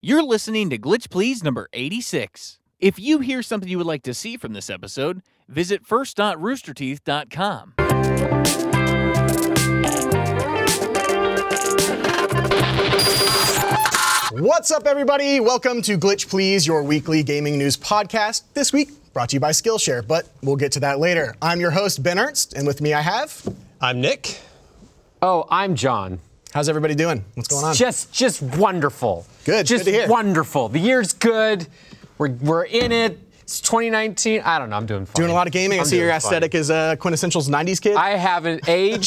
You're listening to Glitch Please number 86. If you hear something you would like to see from this episode, visit first.roosterteeth.com. What's up, everybody? Welcome to Glitch Please, your weekly gaming news podcast. This week, brought to you by Skillshare, but we'll get to that later. I'm your host, Ben Ernst, and with me I have. I'm Nick. Oh, I'm John. How's everybody doing? What's going on? Just just wonderful. Good, Just good to hear. wonderful. The year's good. We're we're in it. It's 2019. I don't know. I'm doing fine. doing a lot of gaming. I I'm see your doing aesthetic fine. is uh, quintessentials 90s kid. I haven't aged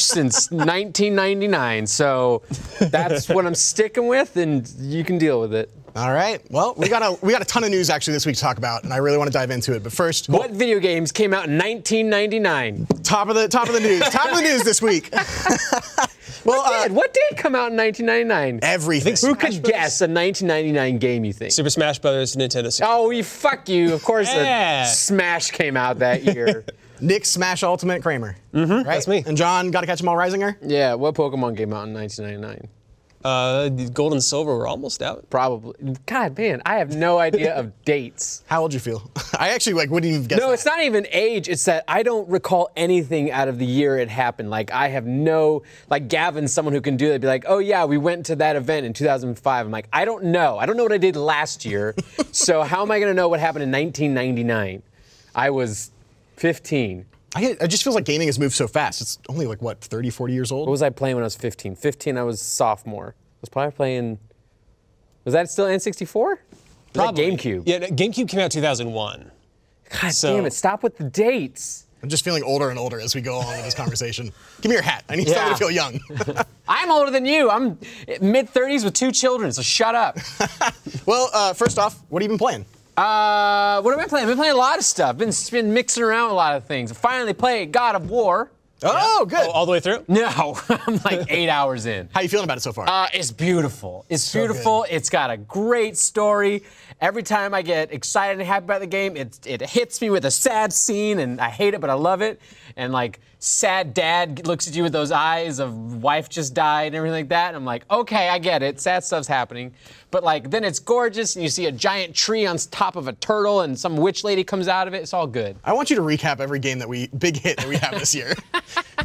since 1999, so that's what I'm sticking with, and you can deal with it. All right. Well, we got a we got a ton of news actually this week to talk about, and I really want to dive into it. But first, What video games came out in 1999? top of the top of the news, top of the news this week. well, Dad, uh, what did come out in 1999? everything. Who could guess a 1999 game? You think? Super Smash Brothers Nintendo 64. Oh, you fuck you! Of course, Yeah. the Smash came out that year. Nick Smash Ultimate Kramer. Mm-hmm. Right? That's me. And John, got to catch 'em all, Risinger. yeah, what Pokemon came out in 1999? Uh, the gold and silver were almost out. Probably. God, man, I have no idea of dates. How old you feel? I actually like wouldn't even guess. No, it's not even age. It's that I don't recall anything out of the year it happened. Like I have no like Gavin's someone who can do that. Be like, oh yeah, we went to that event in 2005. I'm like, I don't know. I don't know what I did last year. so how am I gonna know what happened in 1999? I was 15. I, get- it just feels like gaming has moved so fast. It's only like what 30, 40 years old. What was I playing when I was 15? 15, I was sophomore. I was probably playing. Was that still N64? Or was that Probably. GameCube. Yeah, no, GameCube came out 2001. God So- damn it! Stop with the dates. I'm just feeling older and older as we go along with this conversation. Give me your hat. I need Yeah. someone to feel young. I'm older than you. I'm mid 30s with two children, so shut up. well, uh, first off, what have you been playing? Uh, what have I been playing? I've been playing a lot of stuff. Been, been mixing around with a lot of things. Finally played God of War. Oh, good. Oh, all the way through? No, I'm like eight hours in. How you feeling about it so far? Uh, it's beautiful. It's So beautiful. good. It's got a great story. Every time I get excited and happy about the game, it, it hits me with a sad scene, and I hate it, but I love it. And like, sad dad looks at you with those eyes of wife just died and everything like that. And I'm like, okay, I get it. Sad stuff's happening. But like, then it's gorgeous, and you see a giant tree on top of a turtle, and some witch lady comes out of it. It's all good. I want you to recap every game that we big hit that we have this year.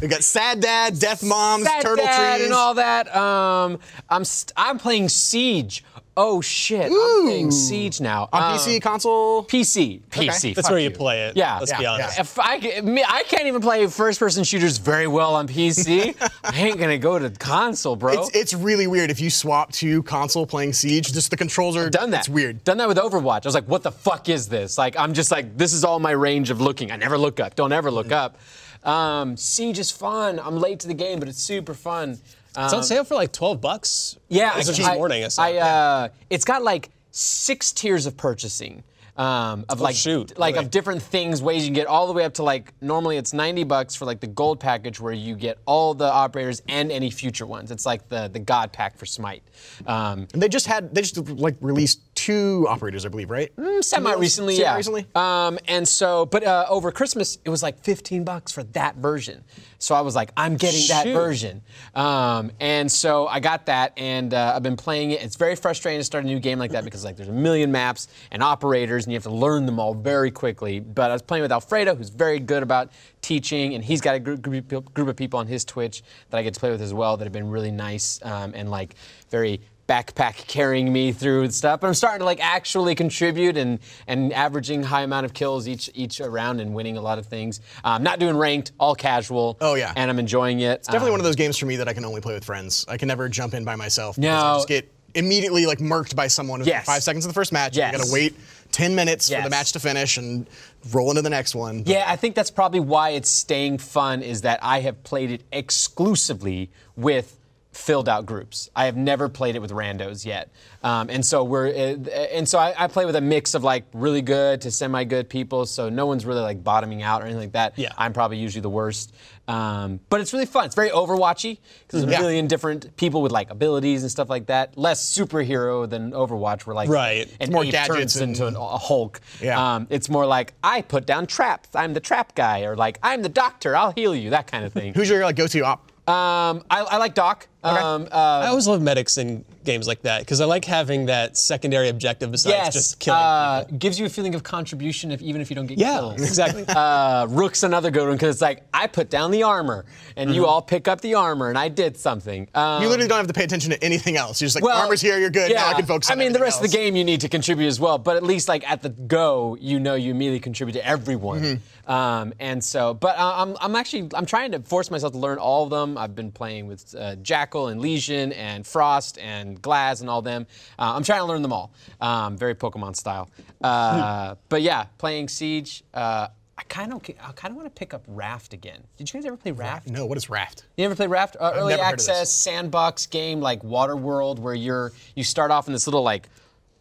we got Sad Dad, Death Moms, Sad Turtle Dad Trees. and all that. Um, I'm st- I'm playing Siege. Oh shit! I'm playing Siege now on Um, PC console. PC, PC. That's fuck where you play it. Yeah. Let's Yeah, be yeah. honest. If I ca- me- I can't even play first-person shooters very well on PC. I ain't gonna go to console, bro. It's, it's really weird if you swap to console playing Siege. Just the controls are Done that. It's weird. Done that with Overwatch. I was like, what the fuck is this? Like, I'm just like, this is all my range of looking. I never look up. Don't ever Mm. look up. Um, Siege is fun. I'm late to the game, but it's super fun. It's on sale for like 12 bucks. Yeah, It's I- this I- morning. I saw. I, uh, it's got like six tiers of purchasing. Um, of like, Oh, shoot, like really? of different things, ways you can get all the way up to like normally it's 90 bucks for like the gold package where you get all the operators and any future ones. It's like the the god pack for Smite. Um, And they just had they just like released two operators, I believe, right? semi recently, Mm, yeah. Semi-recently? Um, and so, but uh, over Christmas, it was like 15 bucks for that version. So I was like, I'm getting that Shoot. version. Um, and so I got that, and uh, I've been playing it. It's very frustrating to start a new game like that because like there's a million maps and operators, and you have to learn them all very quickly. But I was playing with Alfredo, who's very good about teaching, and he's got a group, group, of- group of people on his Twitch that I get to play with as well that have been really nice um, and like very backpack carrying me through and stuff. But I'm starting to like actually contribute and and averaging high amount of kills each each round and winning a lot of things. I'm not doing ranked, all casual. Oh, yeah. and I'm enjoying it. It's Definitely one of those games for me that I can only play with friends. I can never jump in by myself. because I No. just get immediately like murked by someone within Yes. five seconds of the first match. Yes. You gotta wait 10 minutes for the Yes. match to finish and roll into the next one. Yeah, I think that's probably why it's staying fun is that I have played it exclusively with filled out groups. I have never played it with randos yet. Um, and so we're uh, and so I, I play with a mix of like really good to semi good people. So no one's really like bottoming out or anything like that. Yeah. I'm probably usually the worst. Um, but it's really fun. It's very Overwatchy because there's Mm-hmm. Yeah. a million different people with like abilities and stuff like that. Less superhero than Overwatch where like Right. an more ape gadgets turns into and- an, a Hulk. Yeah. Um, it's more like I put down traps. I'm the trap guy, or like I'm the doctor. I'll heal you. That kind of thing. Who's your like go-to op? um, I, I like Doc. Um, uh, I always love medics in games like that because I like having that secondary objective besides yes, just killing. uh, gives you a feeling of contribution if even if you don't get yeah, killed. exactly. Uh, Rook's another good one because it's like I put down the armor and Mm-hmm. you all pick up the armor and I did something. Um, You literally don't have to pay attention to anything else. You're just like, well, armor's here, you're good. Now I can focus I on mean, the everything rest of else." the game you need to contribute as well, but at least like at the go, you know you immediately contribute to everyone. Mm-hmm. Um, and so, but uh, I'm, I'm actually I'm trying to force myself to learn all of them. I've been playing with uh, Jackal and Legion and Frost and Glaz and all them. Uh, I'm trying to learn them all, um, very Pokemon style. Uh, Hmm. but yeah, playing Siege. Uh, I kind of I kind of want to pick up Raft again. Did you guys ever play Raft? No, what is Raft? You ever play Raft? Uh, early never heard of this. access sandbox game like Waterworld, where you're you start off in this little like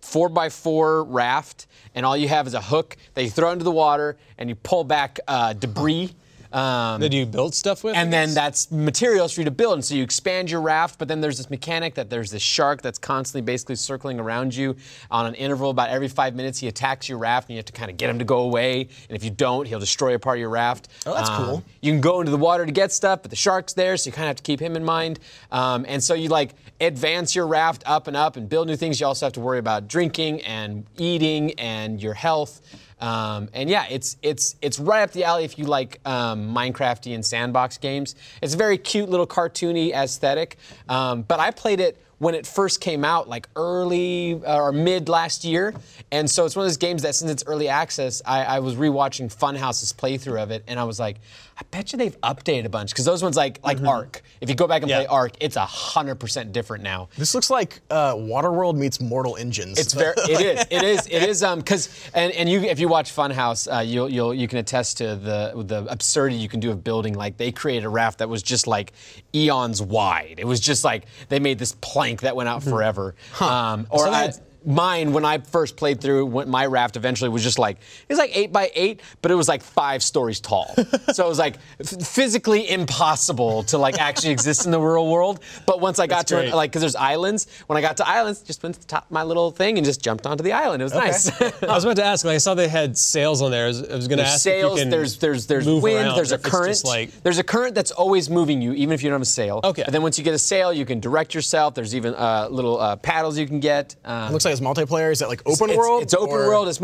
four by four raft, and all you have is a hook that you throw into the water, and you pull back uh, debris. Um, that you build stuff with, and then that's materials for you to build. And so you expand your raft, but then there's this mechanic that there's this shark that's constantly basically circling around you on an interval. About every five minutes, he attacks your raft, and you have to kind of get him to go away. And if you don't, he'll destroy a part of your raft. Um, Oh, that's cool. You can go into the water to get stuff, but the shark's there, so you kind of have to keep him in mind. Um, and so you like advance your raft up and up and build new things. You also have to worry about drinking and eating and your health. Um, and yeah, it's it's it's right up the alley if you like um, Minecrafty and sandbox games. It's a very cute little cartoony aesthetic. Um, but I played it when it first came out, like early uh, or mid last year. And so it's one of those games that, since it's early access, I, I was rewatching Funhouse's playthrough of it, and I was like, I bet you they've updated a bunch because those ones like like Ark. If you go back and play Yeah. Ark, it's hundred percent different now. This looks like uh, Waterworld meets Mortal Engines. It's very. It is. It is. It is. Um, because and and you if you watch Funhouse, uh, you'll you'll you can attest to the the absurdity you can do of building. Like they created a raft that was just like eons wide. It was just like they made this plank that went out forever. Um, or. So I- that's- Mine, when I first played through, when my raft eventually was just like it was like eight by eight, but it was like five stories tall. so it was like f- physically impossible to like actually exist in the real world. But once I got That's to it, great. like because there's islands, when I got to islands, just went to the top of my little thing and just jumped onto the island. It was nice. I was about to ask. Like, I saw they had sails on there. I was, I was going to There's ask. if sails, you can there's there's there's move wind, around, there's or a if it's current. just like There's a current that's always moving you, even if you don't have a sail. Okay. But then once you get a sail, you can direct yourself. There's even uh, little uh, paddles you can get. Um, It looks like it's multiplayer. Is that like open it's, world? It's open or- world. It's uh,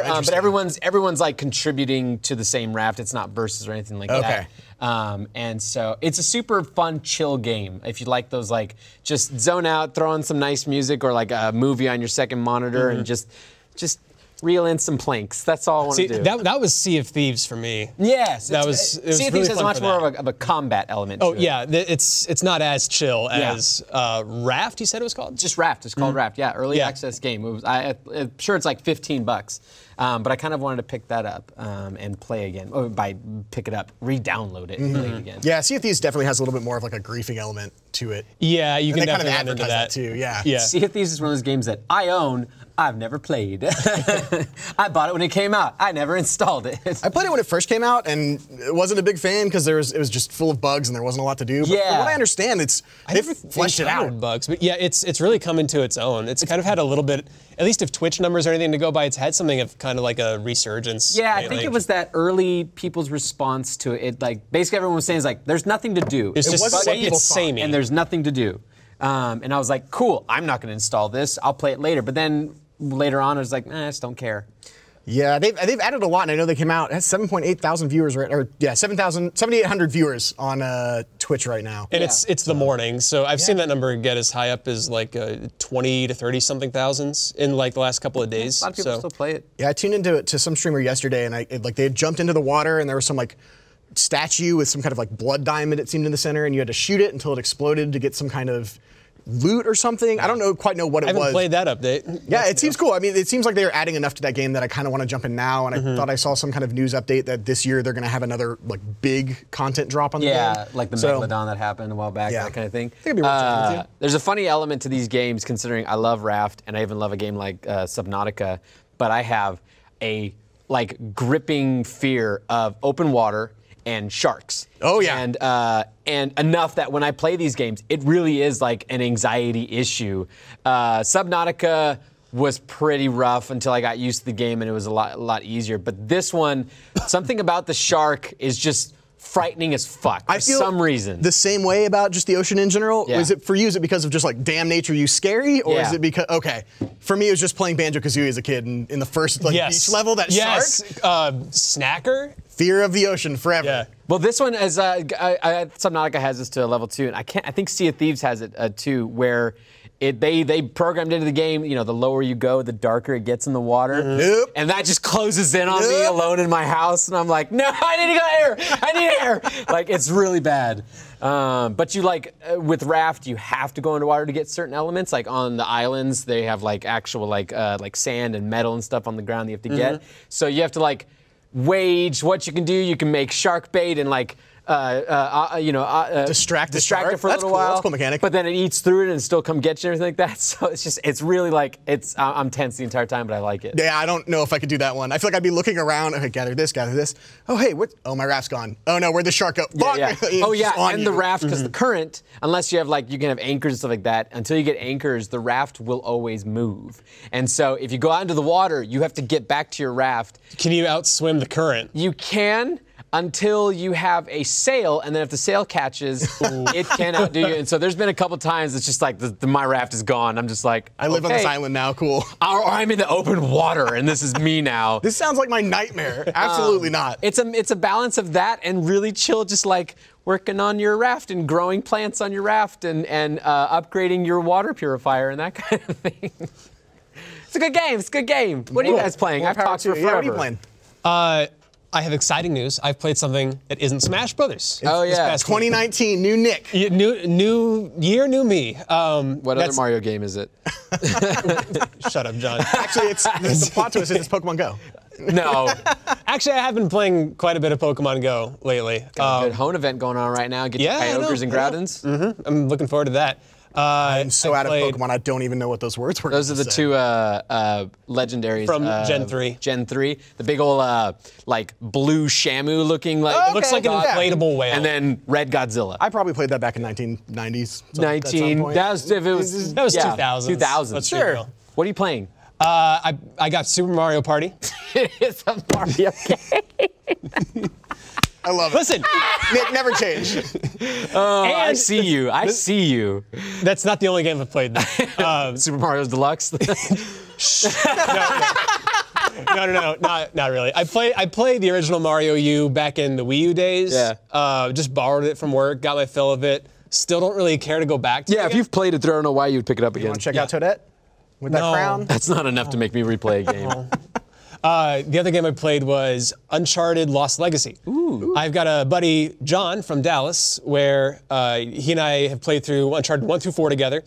Oh, um, but interesting. everyone's everyone's like contributing to the same raft. It's not versus or anything like Okay. that. Um, and so it's a super fun, chill game. If you like those, like just zone out, throw on some nice music or like a movie on your second monitor, Mm-hmm. and just just reel in some planks. That's all I want See, to do. that, that was Sea of Thieves for me. yes, that it's- was- it was Sea of really Thieves has fun much for more that. of a, of a combat element. Oh to it. yeah, th- it's it's not as chill Yeah. as uh, Raft. You said it was called. just Raft. It's called Raft. Yeah, early Mm. Yeah. access game. It was, I, I'm sure it's like 15 bucks, um, but I kind of wanted to pick that up um, and play again. Oh, by pick it up, re-download it, and play Mm-hmm. it again. Yeah, Sea of Thieves definitely has a little bit more of like a griefing element to it. yeah, you And can they kind of definitely run into advertise that too. Yeah. Yeah. Sea of Thieves is one of those games that I own. I've never played. I bought it when it came out. I never installed it. I played it when it first came out and it wasn't a big fan because there was it was just full of bugs and there wasn't a lot to do. But from Yeah. what I understand, it's they've never fleshed it out. encountered Bugs, but yeah, it's it's really coming to its own. It's kind of had a little bit, at least if Twitch numbers or anything to go by, it's had something of kind of like a resurgence. Yeah, I think lately. it was that early people's response to it. Like basically everyone was saying is like, there's nothing to do. It's just wasn't what sa- people it's thought. samey. and there's nothing to do. Um, and I was like, cool, I'm not going to install this. I'll play it later. But then later on, I was like, nah, I just don't care. Yeah, they've, they've added a lot, and I know they came out. It has 7.8 thousand viewers, right, or yeah, 7,000 7,800 viewers on uh, Twitch right now. and it's it's the morning, so I've seen that number get as high up as like uh, twenty to thirty something thousands in like the last couple of days. A lot of people so still play it. Yeah, I tuned into to some streamer yesterday, and I it, like they had jumped into the water, and there was some like statue with some kind of like blood diamond it seemed in the center, and you had to shoot it until it exploded to get some kind of loot or something. I don't know quite know what it I haven't was. played that update. yeah, it seems cool. I mean, it seems like they're adding enough to that game that I kind of want to jump in now. And Mm-hmm. I thought I saw some kind of news update that this year they're going to have another like big content drop on the Yeah, game. like the So- Megalodon that happened a while back, Yeah. that kind of thing. I think it'd be worth checking Uh, out, too. There's a funny element to these games, considering I love Raft and I even love a game like uh, Subnautica, but I have a like gripping fear of open water and sharks. Oh, yeah. And uh, and enough that when I play these games, it really is like an anxiety issue. Uh, Subnautica was pretty rough until I got used to the game and it was a lot a lot easier. But this one, something about the shark is just frightening as fuck. For I feel some reason. the same way about just the ocean in general. Yeah. Is it for you? Is it because of just like damn nature, you scary, or Yeah. is it because okay? For me, it was just playing banjo kazooie as a kid, and in the first like yes. beach level, that yes. shark, Uh, snacker. fear of the ocean forever. Yeah. Well, this one is uh, g- I, I, Subnautica has this to a level two, and I can't. I think Sea of Thieves has it uh, too, where it they they programmed into the game. You know, the lower you go, the darker it gets in the water. Nope. And that just closes in on me Nope. alone in my house, and I'm like, no, I need to go air. I need air. like it's really bad. Um, but you like uh, with raft, you have to go into water to get certain elements. Like on the islands, they have like actual like uh, like sand and metal and stuff on the ground that you have to get. Mm-hmm. So you have to like wage what you can do. You can make shark bait and like. Uh, uh, uh, you know, uh, uh, Distract the distract it shark? for a That's little cool. while. That's a cool mechanic. But then it eats through it and still come get you and everything like that. So it's just, it's really like, it's. I- I'm tense the entire time, but I like it. Yeah, I don't know if I could do that one. I feel like I'd be looking around. Okay, gather this, gather this. Oh hey, what? Oh my raft's gone. Oh no, where'd the shark go? Fuck. Yeah, It's yeah. Oh just yeah, on and you. the raft because the current, unless you have like you can have anchors and stuff like that. Until you get anchors, the raft will always move. And so if you go out into the water, you have to get back to your raft. Can you outswim the current? You can until you have a sail, and then if the sail catches, it can outdo you. And so there's been a couple times it's just like the, the, my raft is gone. I'm just like I live on this okay. island now. Cool. Or, or I'm in the open water, and this is me now. This sounds like my nightmare. Um, Absolutely not. It's a it's a balance of that and really chill, just like working on your raft and growing plants on your raft and and uh, upgrading your water purifier and that kind of thing. it's a good game. It's a good game. What are you Cool. guys playing? More I've power talked to for you. Yeah, forever. what are you playing? Uh, I have exciting news. I've played something that isn't Smash Brothers. Oh, This yeah. past week. 2019, new Nick. Y- New new year, new me. Um, What other that's- Mario game is it? Shut up, John. Actually, it's the, the plot twist is it's Pokemon Go. no. Actually, I have been playing quite a bit of Pokemon Go lately. Uh, Um, good Hone event going on right now. Get yeah, I your know, Kyogres and I know. Groudons. Mm-hmm. I'm looking forward to that. Uh, I'm so out of Pokemon, I don't even know what those words were. Those are the two uh, uh, legendaries From of Gen 3. Gen three, the big old uh, like blue Shamu looking like Oh, Looks like an Yeah. inflatable whale. and then red Godzilla. I probably played that back in 1990s. so- at some 19. point. That was if it was. that was yeah, 2000. 2000. Let's be Sure. real. What are you playing? Uh, I, I got Super Mario Party. it's a Mario game. I love it. Listen, Nick never changed. Oh, I and see you. I see you. that's not the only game I've played. Um, Uh, Super Mario's Deluxe. no, no, no, not, not really. I play I played the original Mario U back in the Wii U days. Yeah. Uh, just borrowed it from work, got my fill of it. Still don't really care to go back to. it again. played it through, I don't know why you'd pick it up You again. want to check out Yeah. Toadette with that No. crown? That's not enough to make me replay a game. Uh, the other game I played was Uncharted Lost Legacy. Ooh. I've got a buddy, John, from Dallas, where uh, he and I have played through Uncharted 1 through 4 together.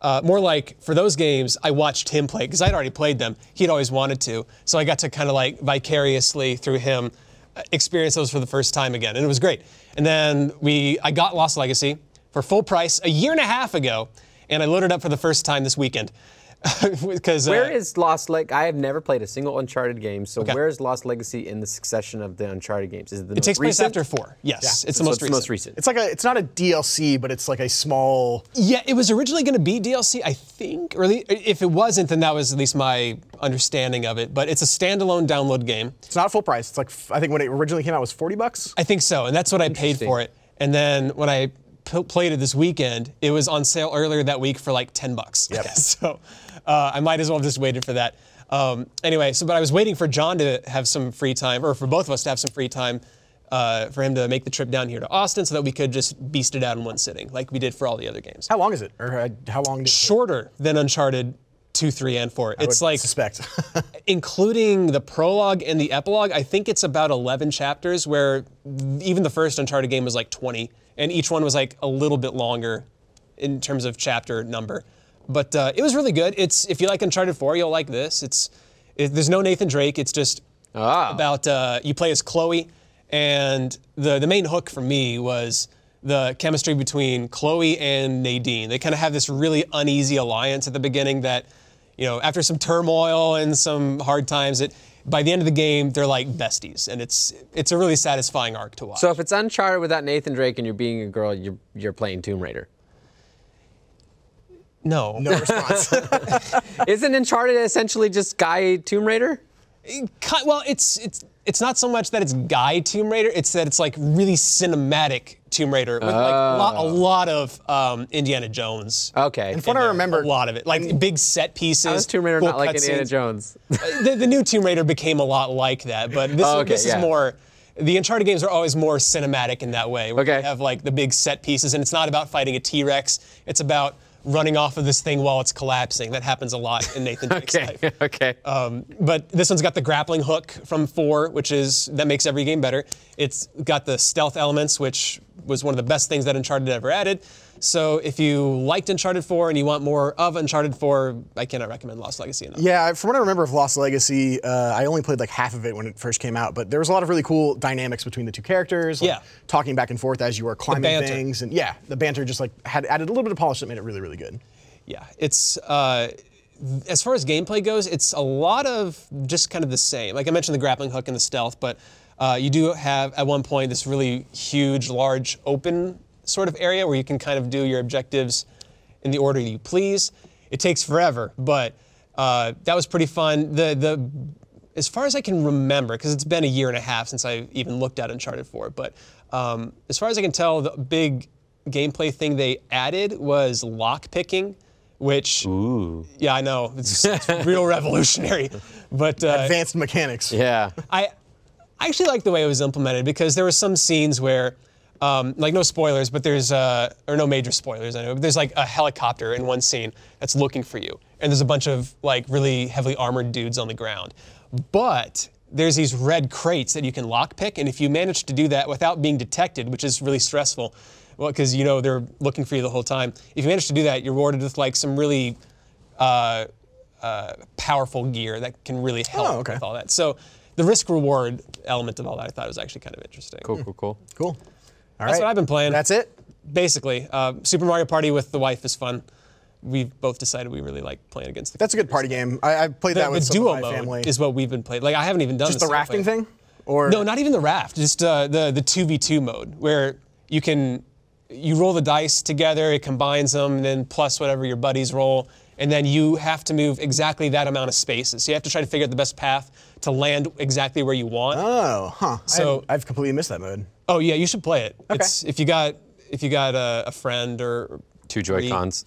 Uh, more like for those games, I watched him play because I'd already played them. He'd always wanted to. So I got to kind of like vicariously through him uh, experience those for the first time again. And it was great. And then we, I got Lost Legacy for full price a year and a half ago. And I loaded up for the first time this weekend. uh, Because Where is Lost Legacy? I have never played a single Uncharted game, so where is Lost Legacy in the succession of the Uncharted games? Is it the it takes place after four? Yes, it's the most it's the recent. most recent. It's like a, it's not a DLC, but it's like a small. Yeah, it was originally going to be DLC, I think. Or at lea- if it wasn't, then that was at least my understanding of it. But it's a standalone download game. It's not full price. It's like f- I think when it originally came out it was 40 bucks. I think so, and that's what I paid for it. And then when I p- played it this weekend, it was on sale earlier that week for like ten bucks. Yep. so uh, I might as well have just waited for that. Um, anyway, so but I was waiting for John to have some free time, or for both of us to have some free time. Uh, for him to make the trip down here to Austin so that we could just beast it out in one sitting, like we did for all the other games. How long is it? Or uh, how long? Did shorter than Uncharted 2, 3, and 4. I would It's like, suspect. including the prologue and the epilogue, I think it's about 11 chapters, where even the first Uncharted game was like 20, and each one was like a little bit longer in terms of chapter number. But uh, it was really good. It's If you like Uncharted 4, you'll like this. It's it, There's no Nathan Drake, it's just about uh, you play as Chloe, and the the main hook for me was the chemistry between Chloe and Nadine. They kind of have this really uneasy alliance at the beginning that, you know, after some turmoil and some hard times, it by the end of the game they're like besties, and it's it's a really satisfying arc to watch. so if it's Uncharted without Nathan Drake and you're being a girl, you're, you're playing Tomb Raider. no, no response. Isn't Uncharted essentially just guy Tomb Raider? Ki- Well, it's it's it's not so much that it's guy Tomb Raider; it's that it's like really cinematic Tomb Raider with like Ah. a lot, a lot of um, Indiana Jones. Okay. And from what I remember, a lot of it, like big set pieces. How is Tomb Raider cool not like Indiana cutscenes. Jones? the, the new Tomb Raider became a lot like that, but this, Oh, okay, this yeah. is more. The Uncharted games are always more cinematic in that way. Where Okay. You have like the big set pieces, and it's not about fighting a T Rex. It's about running off of this thing while it's collapsing. That happens a lot in Nathan Drake's Okay. life. okay. Uh, Um, but this one's got the grappling hook from four, which is that makes every game better. It's got the stealth elements, which was one of the best things that Uncharted ever added. So if you liked Uncharted 4 and you want more of Uncharted 4, I cannot recommend Lost Legacy enough. Yeah, I- from what I remember of Lost Legacy, uh, I only played like half of it when it first came out, but there was a lot of really cool dynamics between the two characters. like, Yeah. talking back and forth as you were climbing banter. things, and yeah, the banter just like had added a little bit of polish that made it really, really good. Yeah, it's uh, th- as far as gameplay goes, it's a lot of just kind of the same. Like I mentioned, the grappling hook and the stealth, but uh, you do have at one point this really huge, large, open sort of area where you can kind of do your objectives in the order you please. It takes forever, but uh, that was pretty fun. The the as far as I can remember, because it's been a year and a half since I even looked at Uncharted 4, but um, as far as I can tell, the big gameplay thing they added was lock picking, which, yeah, I know, it's, it's real revolutionary. But uh, Advanced mechanics. Yeah. I I actually like the way it was implemented because there were some scenes where, um, like no spoilers, but there's uh, or no major spoilers. I know but there's like a helicopter in one scene that's looking for you, and there's a bunch of like really heavily armored dudes on the ground, but there's these red crates that you can lockpick, and if you manage to do that without being detected, which is really stressful, well, because you know they're looking for you the whole time. If you manage to do that, you're rewarded with like some really uh, uh, powerful gear that can really help Oh, okay. with all that. So the risk reward element of all that I thought was actually kind of interesting. Cool. Cool. Cool. Cool. All That's right. what I've been playing. That's it. Basically, uh, Super Mario Party with the wife is fun. We both decided we really like playing against the. That's a good party game. I, I played the, that with the some of duo my mode family. is what we've been playing. Like I haven't even done just the the rafting thing. thing, or No, not even the raft. Just uh, the the two v two mode where you can you roll the dice together. It combines them, and then plus whatever your buddies roll, and then you have to move exactly that amount of spaces. So you have to try to figure out the best path to land exactly where you want. Oh, huh. So- I, I've completely missed that mode. oh yeah, you should play it. It's, if you got if you got a, a friend or Two Joy Cons.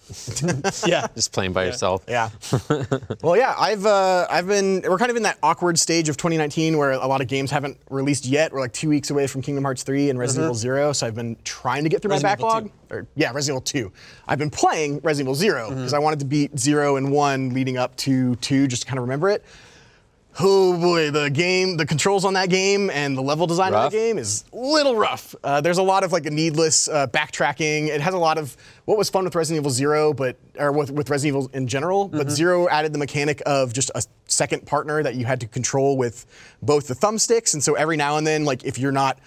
yeah. Just playing by yourself. Yeah. well, yeah, I've uh, I've been we're kind of in that awkward stage of 2019 where a lot of games haven't released yet. We're like two weeks away from Kingdom Hearts 3 and Resident Evil 0, so I've been trying to get through Mm-hmm. Resident my Evil backlog. Or yeah, Resident Evil 2. I've been playing Resident Evil 0 Mm-hmm. because I wanted to beat 0 and 1 leading up to 2 just to kind of remember it. Oh boy, the game, the controls on that game, and the level design Rough? of the game is a little rough. Uh, there's a lot of like needless uh, backtracking. It has a lot of what was fun with Resident Evil Zero, but or with, with Resident Evil in general. But Mm-hmm. Zero added the mechanic of just a second partner that you had to control with both the thumbsticks, and so every now and then, like if you're not,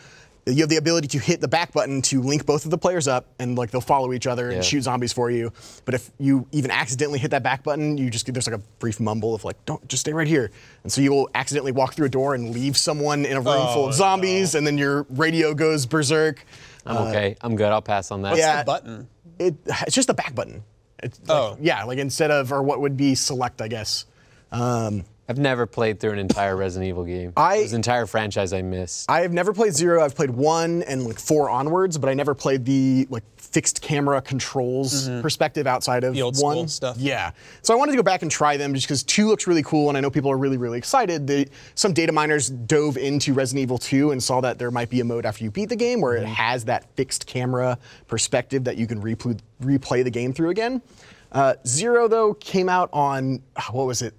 you have the ability to hit the back button to link both of the players up, and like they'll follow each other Yeah. and shoot zombies for you. But if you even accidentally hit that back button, you just get there's like a brief mumble of like, don't just stay right here. And so you'll accidentally walk through a door and leave someone in a room full Oh, of zombies, and then your radio goes berserk. I'm Uh, okay. I'm good. I'll pass on that. yeah, button. it, it's just the back button. It's like- Oh. yeah, like instead of or what would be select, I guess. Um, I've never played through an entire Resident Evil game. I- There's an entire franchise I missed. I have never played Zero. I've played one and like four onwards, but I never played the like fixed camera controls perspective outside of Mm-hmm. The old one school stuff. Yeah. So I wanted to go back and try them just because two looks really cool, and I know people are really really excited. They, some data miners dove into Resident Evil 2 and saw that there might be a mode after you beat the game where it Mm-hmm. has that fixed camera perspective that you can replay, replay the game through again. Uh, Zero though came out on ah, what was it?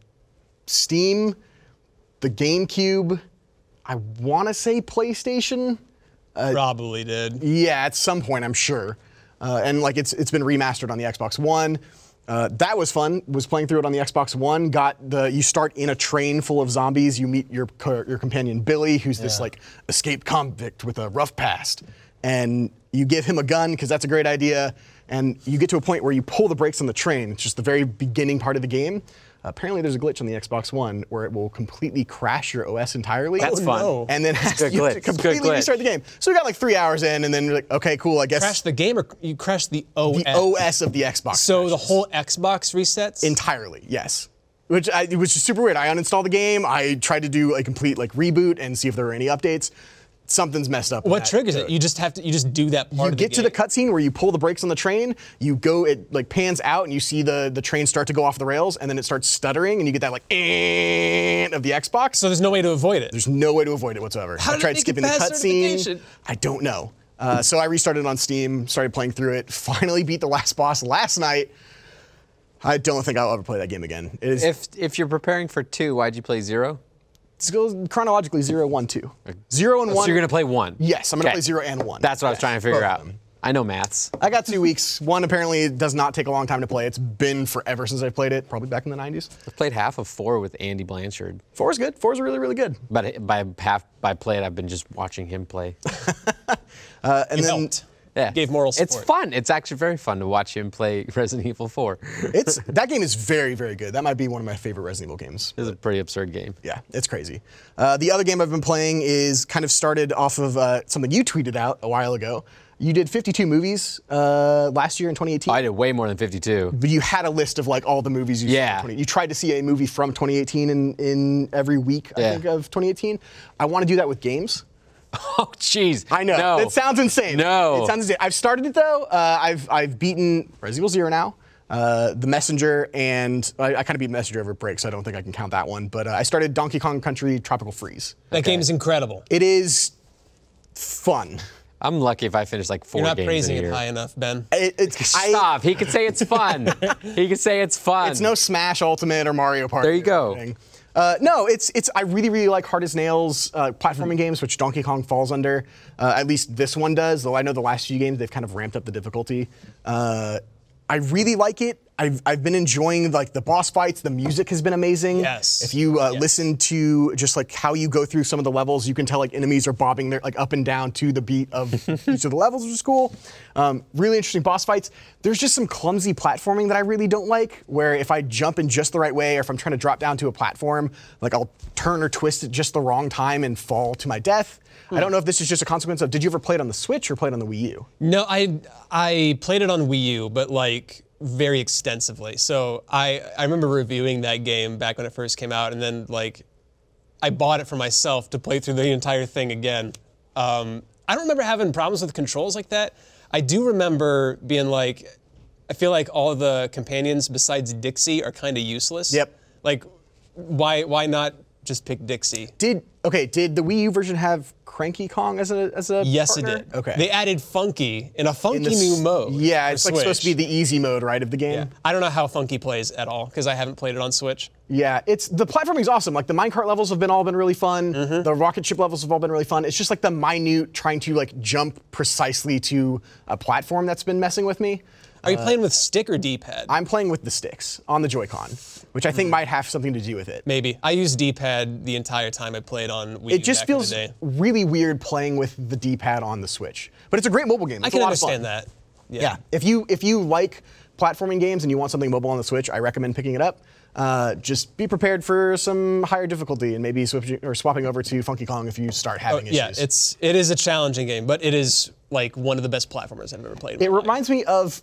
Steam the GameCube, I want to say PlayStation. Uh, Probably did. Yeah, at some point, I'm sure. Uh, and like it's it's been remastered on the Xbox One. Uh, that was fun. Was playing through it on the Xbox One. Got the you start in a train full of zombies. You meet your co- your companion Billy, who's this like escaped convict with a rough past, and you give him a gun because that's a great idea. And you get to a point where you pull the brakes on the train. It's just the very beginning part of the game. Apparently, there's a glitch on the Xbox One where it will completely crash your OS entirely. That's fun. no. And then Oh, That's a good you have glitch. to It's a good completely glitch. restart the game. So we got like three hours in, and then you're like, okay, cool. I guess Crash the game or you crash the OS. the OS of the Xbox. So the crashes. whole Xbox resets. entirely, yes. which I, it was just super weird. I uninstalled the game. I tried to do a complete like reboot and see if there were any updates. Something's messed up. with What that triggers code. it? You just have to. You just do that part. You of get to the game. cutscene where you pull the brakes on the train. You go, it like pans out, and you see the the train start to go off the rails, and then it starts stuttering, and you get that like "Eh" of the Xbox. So there's no way to avoid it. There's no way to avoid it whatsoever. How I did it tried make it skipping the past cutscene. certification? I don't know. Uh, so I restarted on Steam, started playing through it. Finally beat the last boss last night. I don't think I'll ever play that game again. It is If if you're preparing for two, why'd you play zero? it's go- chronologically zero, one, two, zero and So one. you're gonna play one. yes, I'm gonna Okay. play zero and one. That's what I was trying to figure both of out. I know maths. I got two weeks. One apparently does not take a long time to play. It's been forever since I've played it, probably back in the 90s. I've played half of four with Andy Blanchard, Four is good. Four is really, really good. but by half by play it, I've been just watching him play. Uh, and It then helped. Yeah. Gave moral support. It's fun. It's actually very fun to watch him play Resident Evil 4. it's that game is very, very good. That might be one of my favorite Resident Evil games. It's a pretty absurd game. Yeah, it's crazy. Uh, the other game I've been playing is kind of started off of uh, something you tweeted out a while ago. You did 52 movies uh, last year in 2018. I did way more than 52. but you had a list of like all the movies you saw. Yeah. in 20 You tried to see a movie from 2018 in, in every week, I Yeah. think, of 2018. I want to do that with games. Oh, jeez. I know. No. It sounds insane. No. It sounds insane. I've started it though. Uh, I've I've beaten Resident Evil Zero now. Uh, the Messenger and I, I kind of beat Messenger over break, so I don't think I can count that one. But uh, I started Donkey Kong Country Tropical Freeze. That game is incredible. It is fun. I'm lucky if I finish like four You're not games praising in a it year. high enough, Ben. It, it's I- Stop. He could say it's fun. he could say it's fun. It's no Smash Ultimate or Mario Party. There you or go. anything. Uh, no, it's it's. I really really like hard as nails uh, Mm-hmm. platforming games, which Donkey Kong falls under. Uh, at least this one does. Though I know the last few games they've kind of ramped up the difficulty. Uh, I really like it. I've, I've been enjoying like the boss fights. The music has been amazing. Yes. If you uh, Yes. listen to just like how you go through some of the levels, you can tell like enemies are bobbing their like up and down to the beat of each of the levels, which is cool. Um, really interesting boss fights. There's just some clumsy platforming that I really don't like, where if I jump in just the right way, or if I'm trying to drop down to a platform, like I'll turn or twist at just the wrong time and fall to my death. Hmm. I don't know if this is just a consequence of. Did you ever play it on the Switch or play it on the Wii U? No, I I played it on Wii U, but like very extensively. So I I remember reviewing that game back when it first came out, and then like I bought it for myself to play through the entire thing again. Um, I don't remember having problems with controls like that. I do remember being like, I feel like all the companions besides Dixie are kind of useless. Yep. Like, why why not just pick Dixie? Did okay? Did the Wii U version have Cranky Kong as a as a Yes, partner? it did. Okay. They added funky in a funky in this- new mode. Yeah, for it's like supposed to be Switch. the easy mode, right, of the game. Yeah. I don't know how Funky plays at all because I haven't played it on Switch. Yeah, it's the platforming's awesome. Like the minecart levels have been all been really fun. Mm-hmm. The rocket ship levels have all been really fun. It's just like the minute trying to like jump precisely to a platform that's been messing with me. Are you Uh, playing with stick or D-pad? I'm playing with the sticks on the Joy-Con, which I think might have something to do with it. Mm-hmm. Maybe. I used D-pad the entire time I played on Wii U It just back in the feels day. really weird playing with the D-pad on the Switch, but it's a great mobile game. I It's can a lot of fun. understand that. Yeah. If you if you like platforming games and you want something mobile on the Switch, I recommend picking it up. Uh, just be prepared for some higher difficulty and maybe switching or swapping over to Funky Kong if you start having issues. Oh, Yeah, it's it is a challenging game, but it is like one of the best platformers I've ever played. in it my life. reminds me of,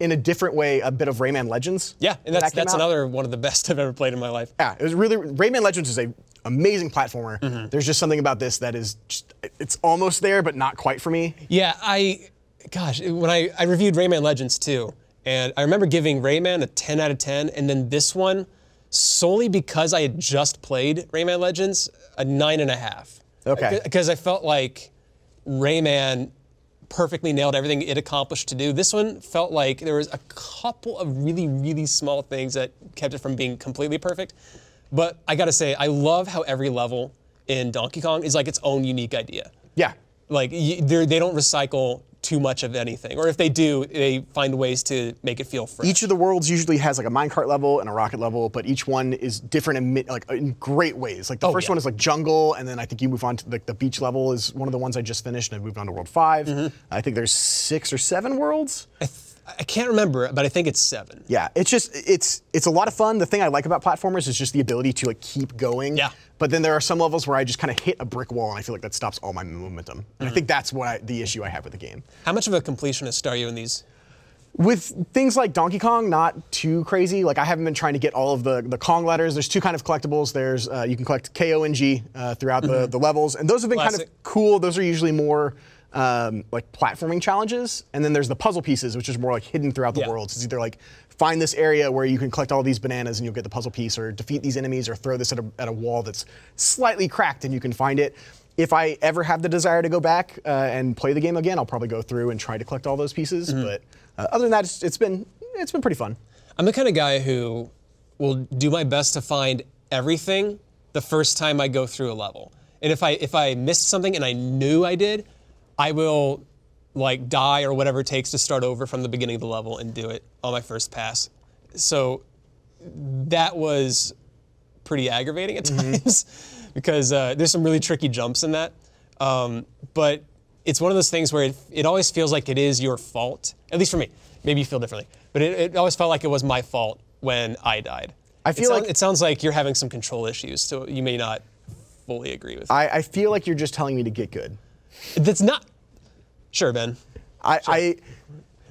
in a different way, a bit of Rayman Legends. Yeah, and that's that came that's out. another one of the best I've ever played in my life. Yeah, it was really Rayman Legends is a amazing platformer. Mm-hmm. There's just something about this that is just, it's almost there but not quite for me. Yeah, I, gosh, when I, I reviewed Rayman Legends too, and I remember giving Rayman a 10 out of 10, and then this one, solely because I had just played Rayman Legends, a 9.5. Okay. Because I felt like Rayman perfectly nailed everything it accomplished to do. This one felt like there was a couple of really, really small things that kept it from being completely perfect. But I gotta say, I love how every level in Donkey Kong is like its own unique idea Yeah. like y- they're- they don't recycle too much of anything or if they do they find ways to make it feel fresh Each of the worlds usually has like a minecart level and a rocket level, but each one is different in mi- like in great ways. Like the first Oh, yeah. one is like jungle, and then I think you move on to like the beach level is one of the ones I just finished, and I moved on to world 5 Mm-hmm. I think there's six or seven worlds. I, th- I can't remember but i think it's seven Yeah, it's just it's it's a lot of fun. The thing I like about platformers is just the ability to like keep going. Yeah. But then there are some levels where I just kind of hit a brick wall, and I feel like that stops all Mm-hmm. my momentum. And I think that's what I, the issue I have with the game. how much of a completionist are you in these with things like Donkey Kong, not too crazy. Like I haven't been trying to get all of the, the Kong letters. There's two kind of collectibles. There's uh, you can collect K O N G uh, throughout the, the levels, and those have been kind Classic. of cool. Those are usually more um, like platforming challenges, and then there's the puzzle pieces, which is more like hidden throughout the Yeah. world. So it's either like find this area where you can collect all these bananas and you'll get the puzzle piece, or defeat these enemies, or throw this at a, at a wall that's slightly cracked and you can find it. If I ever have the desire to go back uh, and play the game again, I'll probably go through and try to collect all those pieces. Mm-hmm. But uh, other than that, it's, it's been it's been pretty fun. I'm the kind of guy who will do my best to find everything the first time I go through a level. And if I if I missed something and I knew I did, I will like die or whatever it takes to start over from the beginning of the level and do it on my first pass. So that was pretty aggravating at Mm-hmm. times because uh, there's some really tricky jumps in that. Um, but it's one of those things where it, it always feels like it is your fault, at least for me. Maybe you feel differently, but it, it always felt like it was my fault when I died. I It feel sound- like- it sounds like you're having some control issues, so you may not fully agree with. I, I feel like you're just telling me to get good. That's not sure, Ben. I, I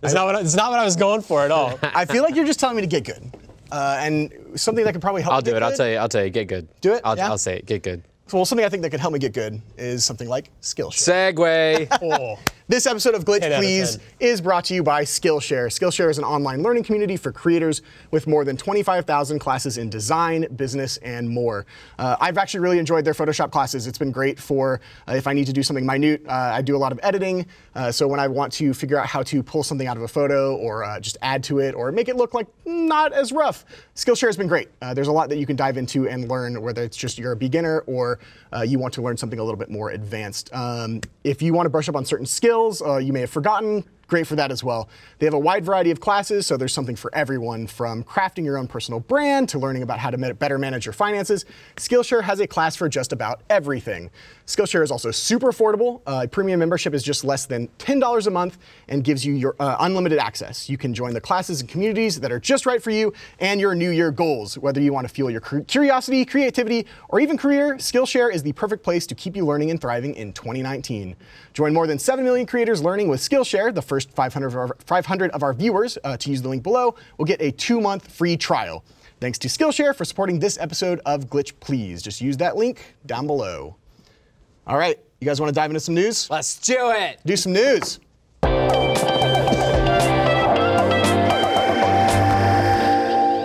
That's not what I, that's not what I was going for at all. I feel like you're just telling me to get good. Uh, and something that could probably help. I'll me do get it. I'll good- tell you. I'll tell you. Get good. Do it? I'll, Yeah. I'll say it. Get good. Well, something I think that could help me get good is something like Skillshare. Segway. Oh. This episode of Glitch out of Please 10. is brought to you by Skillshare. Skillshare is an online learning community for creators with more than 25,000 classes in design, business, and more. Uh, I've actually really enjoyed their Photoshop classes. It's been great for uh, if I need to do something minute. Uh, I do a lot of editing, uh, so when I want to figure out how to pull something out of a photo or uh, just add to it or make it look like not as rough, Skillshare has been great. Uh, there's a lot that you can dive into and learn, whether it's just you're a beginner or uh, you want to learn something a little bit more advanced. Um, if you want to brush up on certain skills uh, you may have forgotten, great for that as well. They have a wide variety of classes, so there's something for everyone from crafting your own personal brand to learning about how to ma- better manage your finances. Skillshare has a class for just about everything. Skillshare is also super affordable. Uh, premium membership is just less than $10 a month and gives you your uh, unlimited access. You can join the classes and communities that are just right for you and your new year goals. Whether you want to fuel your cur- curiosity, creativity, or even career, Skillshare is the perfect place to keep you learning and thriving in 2019. Join more than 7 million creators learning with Skillshare. The first 500 of our, 500 of our viewers uh, to use the link below will get a two month free trial. Thanks to Skillshare for supporting this episode of Glitch Please. Just use that link down below. All right, you guys want to dive into some news? Let's do it. Do some news.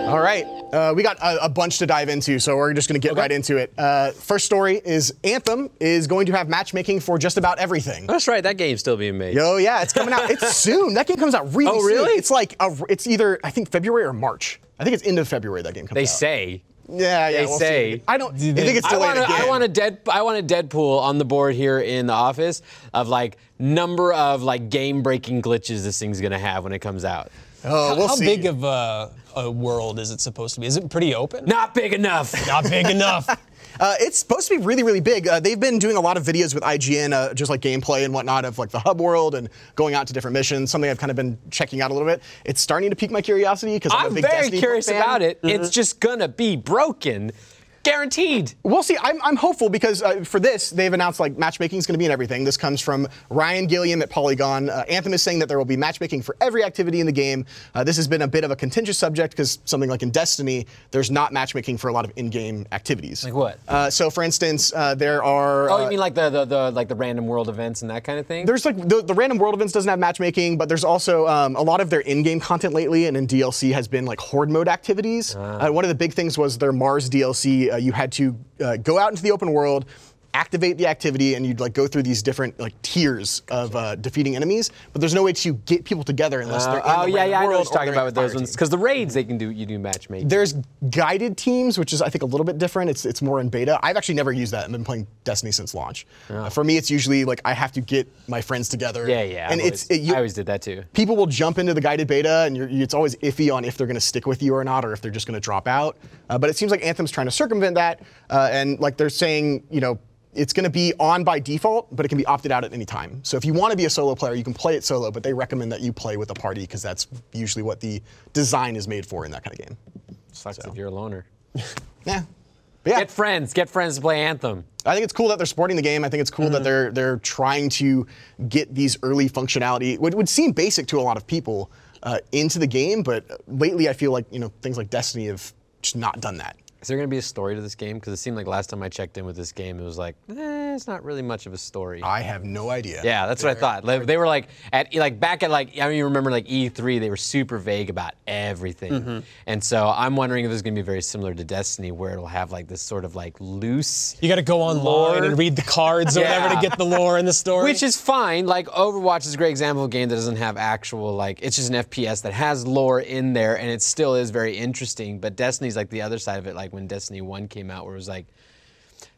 All right, uh, we got a, a bunch to dive into, so we're just going to get right into it. Uh, first story is Anthem is going to have matchmaking for just about everything. That's right. That game's still being made. Oh yeah, it's coming out. It's soon. That game comes out really. Oh, soon. really? It's like a, it's either I think February or March. I think it's end of February that game comes They out. say. Yeah, yeah. they we'll say- See. I don't. I think it's I delayed want, a, again. I want a dead. I want a Deadpool on the board here in the office of like number of like game breaking glitches this thing's gonna have when it comes out. oh, we'll How see. big of a, a world is it supposed to be? Is it pretty open? Not big enough. Not big enough. Uh, it's supposed to be really, really big. Uh, they've been doing a lot of videos with IGN, uh, just like gameplay and whatnot, of like the hub world and going out to different missions. Something I've kind of been checking out a little bit. It's starting to pique my curiosity because I'm, I'm a big very Destiny curious fan. Mm-hmm. about it. It's just gonna be broken, guaranteed. We'll see. I'm, I'm hopeful because uh, for this, they've announced like matchmaking is going to be in everything. This comes from Ryan Gilliam at Polygon. Uh, Anthem is saying that there will be matchmaking for every activity in the game. Uh, this has been a bit of a contentious subject because something like in Destiny, there's not matchmaking for a lot of in-game activities. Like what? Uh, so, for instance, uh, there are. Oh, uh, you mean like the, the the like the random world events and that kind of thing? there's like the, the random world events doesn't have matchmaking, but there's also um, a lot of their in-game content lately and in DLC has been like horde mode activities. Ah. Uh, one of the big things was their Mars DLC. Uh, you had to uh, go out into the open world, activate the activity, and you'd like go through these different like tiers of uh, defeating enemies. But there's no way to get people together unless they're in oh the yeah, random yeah, I know world what or you're talking they're about in with the those fire ones. team. Mm-hmm. Because the raids they can do you do matchmaking. There's guided teams, which is I think a little bit different. It's it's more in beta. I've actually never used that. I've been playing Destiny since launch. Uh, for me, it's usually like I have to get my friends together. Oh. yeah, yeah. And I it's always, it, you, I always did that too. people will jump into the guided beta, and you're, you- it's always iffy on if they're going to stick with you or not, or if they're just going to drop out. Uh, but it seems like Anthem's trying to circumvent that, uh, and like they're saying, you know, it's going to be on by default, but it can be opted out at any time. So if you want to be a solo player, you can play it solo, but they recommend that you play with a party because that's usually what the design is made for in that kind of game. Sucks if you're a loner. Yeah. But yeah, Get friends. Get friends to play Anthem. I think it's cool that they're supporting the game. I think it's Mm-hmm. cool that they're they're trying to get these early functionality, what would seem basic to a lot of people, uh, into the game. But lately, I feel like you know things like Destiny have just not done that. Is there going to be a story to this game? Because it seemed like last time I checked in with this game, it was like, eh, it's not really much of a story. I have no idea. Yeah, that's what I thought. Like, they were like at e, like back at like I mean, you remember like E3, they were super vague about everything. And so I'm wondering if this is going to be very similar to Destiny, where it'll have like this sort of like loose. You got to go online and read the cards or whatever Yeah. to get the lore and the story. Which is fine. Like Overwatch is a great example of a game that doesn't have actual like it's just an FPS that has lore in there and it still is very interesting. But Destiny's like the other side of it, like when Destiny One came out, where it was like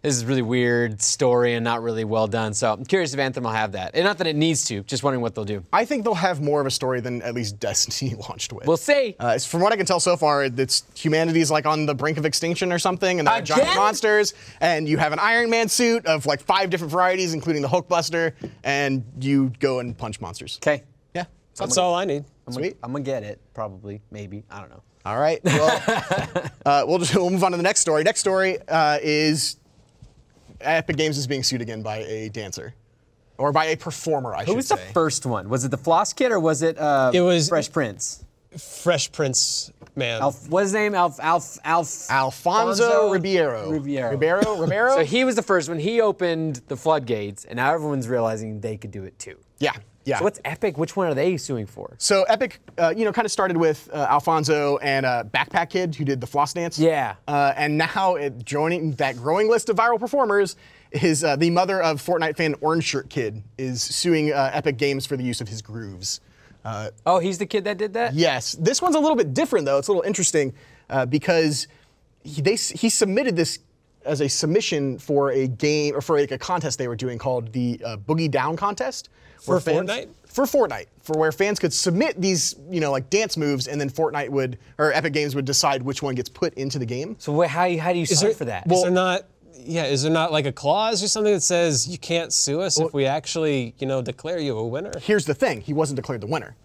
this is a really weird story and not really well done. So I'm curious if Anthem will have that. And not that it needs to, just wondering what they'll do. I think they'll have more of a story than at least Destiny launched with. We'll see. Uh, it's- from what I can tell so far, it's humanity's like on the brink of extinction or something, and there are giant Again? monsters, and you have an Iron Man suit of like five different varieties, including the Hulkbuster, and you go and punch monsters. Okay. Yeah. That's all I need. Sweet. I'm gonna get it, probably, maybe. I don't know. All right. Well, uh, we'll just we'll move on to the next story. Next story uh, is Epic Games is being sued again by a dancer, or by a performer, I Who should was say. the first one? Was it the Floss Kid or was it, uh, It was- Fresh Prince? Fresh Prince, man. Alf, what's his name? Alf, Alf, Alf. Alfonso Ribeiro. Ribeiro. Ribeiro. Ribeiro. So he was the first one. He opened the floodgates, and now everyone's realizing they could do it too. yeah. Yeah. So what's Epic? Which one are they suing for? So Epic, uh, you know, kind of started with uh, Alfonso and uh, Backpack Kid, who did the floss dance. Yeah. Uh, and now it, joining that growing list of viral performers is uh, the mother of Fortnite fan Orange Shirt Kid is suing uh, Epic Games for the use of his grooves. Uh, Oh, he's the kid that did that. yes, this one's a little bit different though. It's a little interesting uh, because he, they, s- he submitted this as a submission for a game or for like a contest they were doing called the uh, Boogie Down contest. where Fortnite? for Fortnite, for where fans could submit these, you know, like dance moves, and then Fortnite would or Epic Games would decide which one gets put into the game. So wh- how how do you sign for that? is there not? Yeah, is there not like a clause or something that says you can't sue us if we actually, you know, declare you a winner? Here's the thing: he wasn't declared the winner.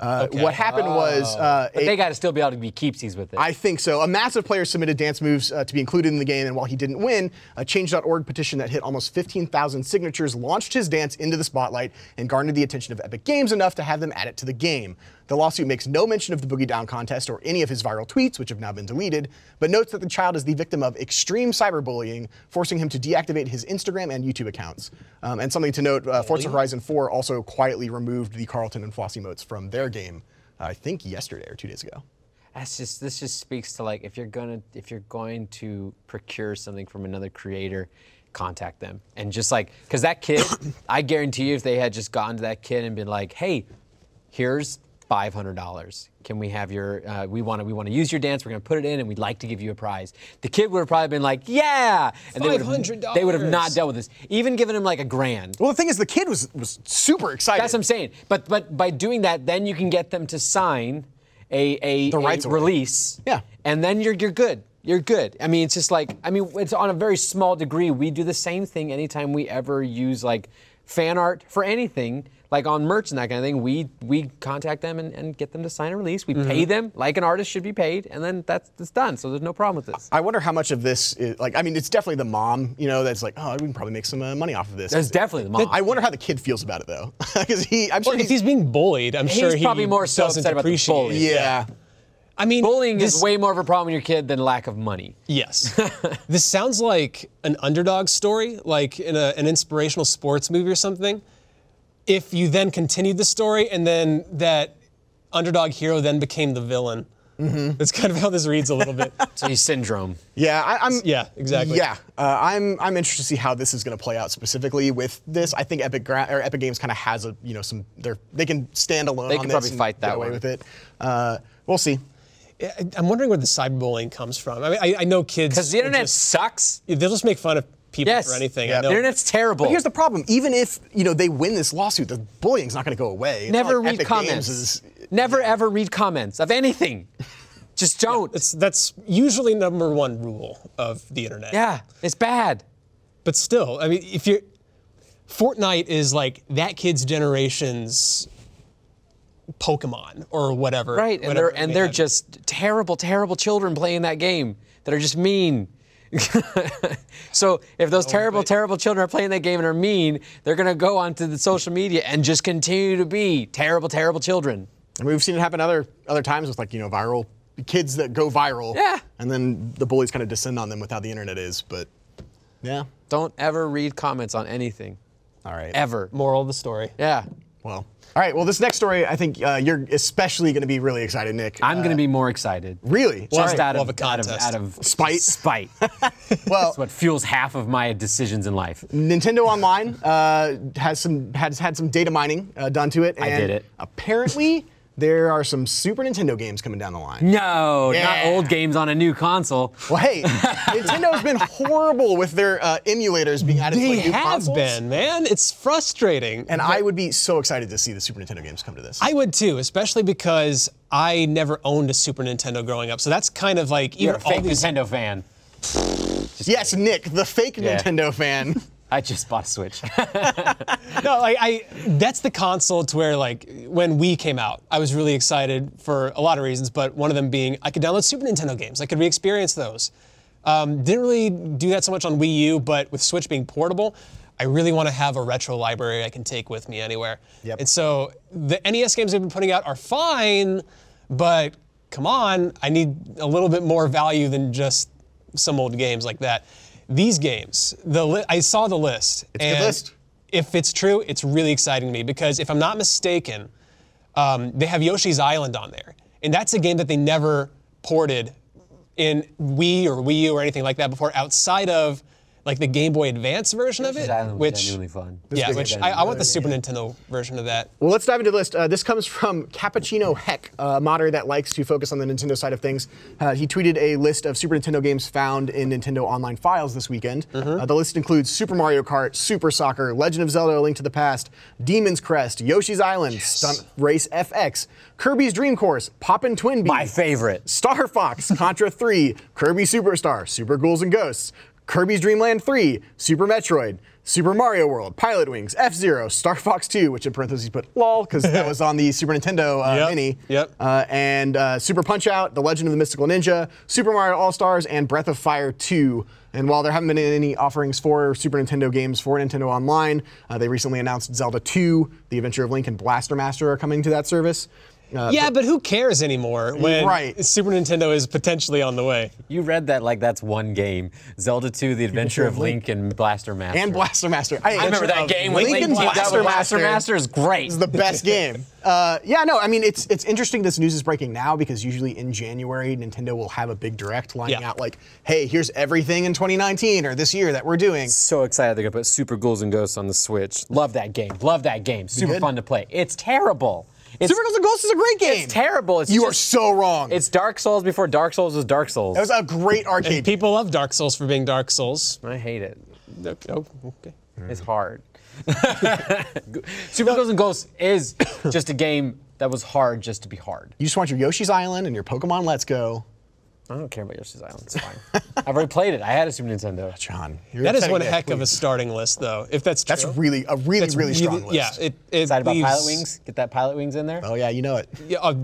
Uh, What happened was, uh, but a- they got to still be able to be keepsies with it. I think so. A massive player submitted dance moves uh, to be included in the game, and while he didn't win, a Change.org petition that hit almost 15,000 signatures launched his dance into the spotlight and garnered the attention of Epic Games enough to have them add it to the game. The lawsuit makes no mention of the Boogie Down contest or any of his viral tweets, which have now been deleted, but notes that the child is the victim of extreme cyberbullying, forcing him to deactivate his Instagram and YouTube accounts. Um, and something to note uh, Forza Horizon 4 also quietly removed the Carlton and Flossie modes from their game, I think yesterday or two days ago. That's just this just speaks to like if you're gonna if you're going to procure something from another creator, contact them and just like because that kid, I guarantee you if they had just gotten to that kid and been like, hey, here's five hundred dollars. Can we have your? Uh, we want to we want to use your dance. We're gonna put it in and we'd like to give you a prize. The kid would have probably been like, yeah, and they would have they would have not $500. dealt with this. Even giving him like a grand. Well, the thing is, the kid was was super excited. That's what I'm saying. But but by doing that, then you can get them to sign a a, a rights order. release. Yeah. And then you're you're good. You're good. I mean, it's just like I mean, it's on a very small degree. We do the same thing anytime we ever use like fan art for anything, like on merch and that kind of thing. We we contact them and, and get them to sign a release. We pay them like an artist should be paid, and then that's it's done. So there's no problem with this. I wonder how much of this is like. I mean, it's definitely the mom, you know, that's like, oh, we can probably make some uh, money off of this. There's definitely the mom. I wonder how the kid feels about it though, because he, I'm sure Well, if he's, he's being bullied, I'm He's sure he probably more so doesn't upset about the appreciate bully. it. yeah. I mean, Bullying this, is way more of a problem with your kid than lack of money. Yes. this sounds like an underdog story, like in a, an inspirational sports movie or something. If you then continued the story and then that underdog hero then became the villain. Mm-hmm. That's kind of how this reads a little bit. So he's syndrome. Yeah, I, I'm. Yeah, exactly. Yeah, uh, I'm. I'm interested to see how this is going to play out specifically with this. I think Epic Gra- or Epic Games kind of has a, you know, some. They're they can stand alone. They on could this probably and fight get that away one. with it. Uh, we'll see. I, I'm wondering where the cyberbullying comes from. I mean, I, I know kids. Because the are internet just- sucks. they'll just make fun of people Yes. for anything. Yeah, I know. The internet's terrible. But here's the problem: even if you know they win this lawsuit, the bullying's not going to go away. It's not Never like read Epic comments. Games is- Never ever read comments of anything. Just don't. It's- that's usually number one rule of the internet. yeah, it's bad. But still, I mean, if you're Fortnite is like that kid's generation's Pokemon or whatever. Right, and whatever they're and they they're have. just terrible, terrible children playing that game that are just mean. so Oh, if those terrible, terrible children are playing that game and are mean, they're gonna go onto the social media and just continue to be terrible, terrible children. I mean, we've seen it happen other other times with like you know viral kids that go viral. Yeah. And then the bullies kind of descend on them with how the internet is, but yeah. Don't ever read comments on anything, All right. ever. Moral of the story. Yeah. Well. All right. Well, this next story, I think uh, you're especially going to be really excited, Nick. Uh, I'm going to be more excited. really. Just Sorry. out, we'll of, have a out of contest. out of Spite. Spite. Well, That's what fuels half of my decisions in life. Nintendo Online uh, has some has had some data mining uh, done to it. And I did it. Apparently, there are some Super Nintendo games coming down the line. No, not Yeah. old games on a new console. Well, hey, Nintendo's been horrible with their uh, emulators being added to They like, new have consoles. been, man. It's frustrating. And I would be so excited to see the Super Nintendo games come to this. I would too, especially because I never owned a Super Nintendo growing up. So that's kind of like You're even a all fake these. Nintendo fan. yes, Nick, the fake Yeah. Nintendo fan. I just bought a Switch. No, like I. That's the console to where like when we came out, I was really excited for a lot of reasons, but one of them being I could download Super Nintendo games. I could re-experience those. Um, didn't really do that so much on Wii U, but with Switch being portable, I really want to have a retro library I can take with me anywhere. Yep. And so the NES games they've been putting out are fine, but come on, I need a little bit more value than just some old games like that. These games, the li- I saw the list. a good and list. If it's true, it's really exciting to me because if I'm not mistaken, um, they have Yoshi's Island on there, and that's a game that they never ported in Wii or Wii U or anything like that before, outside of like the Game Boy Advance version of it, which fun. yeah, which I, I want the Super Nintendo version of that. Well, let's dive into the list. Uh, this comes from Cappuccino Heck, a modder that likes to focus on the Nintendo side of things. Uh, he tweeted a list of Super Nintendo games found in Nintendo Online files this weekend. Uh, the list includes Super Mario Kart, Super Soccer, Legend of Zelda: A Link to the Past, Demon's Crest, Yoshi's Island, Stunt Race FX, Kirby's Dream Course, Poppin' Twin Bee, My favorite. Star Fox, Contra 3, Kirby Superstar, Super Ghouls and Ghosts, Kirby's Dream Land 3, Super Metroid, Super Mario World, Pilot Wings, F Zero, Star Fox 2, which in parentheses put lol, because that was on the Super Nintendo uh, Yep, Mini. yep. Uh, and uh, Super Punch Out, The Legend of the Mystical Ninja, Super Mario All Stars, and Breath of Fire 2. And while there haven't been any offerings for Super Nintendo games for Nintendo Online, uh, they recently announced Zelda 2, The Adventure of Link, and Blaster Master are coming to that service. Uh, yeah, but who cares anymore when Right. Super Nintendo is potentially on the way? You read that like that's one game. Zelda 2, The Adventure of Link and Blaster Master. and Blaster Master. I, I remember that of game when Link Lincoln teamed up with Blaster Master is great. is the best game. Uh, yeah, no, I mean it's it's interesting this news is breaking now because usually in January Nintendo will have a big direct lining Yeah. out like, hey, here's everything in 2019 or this year that we're doing. so excited they're gonna put Super Ghouls and Ghosts on the Switch. Love that game. Love that game. Super good? fun to play. It's terrible. It's, Super Ghost and Ghosts is a great game. It's terrible. It's you are just- so wrong. It's Dark Souls before Dark Souls was Dark Souls. that was a great arcade. People love Dark Souls for being Dark Souls. I hate it. No- Oh, okay. It's hard. Super Ghouls and Ghosts is just a game that was hard just to be hard. you just want your Yoshi's Island and your Pokemon Let's Go. I don't care about Yoshi's Island. It's fine. I've already played it. I had a Super Nintendo. John, you're That is upsetting one me, heck of a please. starting list, though. If that's true, That's really a really It's really strong list. Yeah, it, it Excited about leaves- Pilot Wings? Get that Pilot Wings in there. Oh yeah, you know it. Yeah, a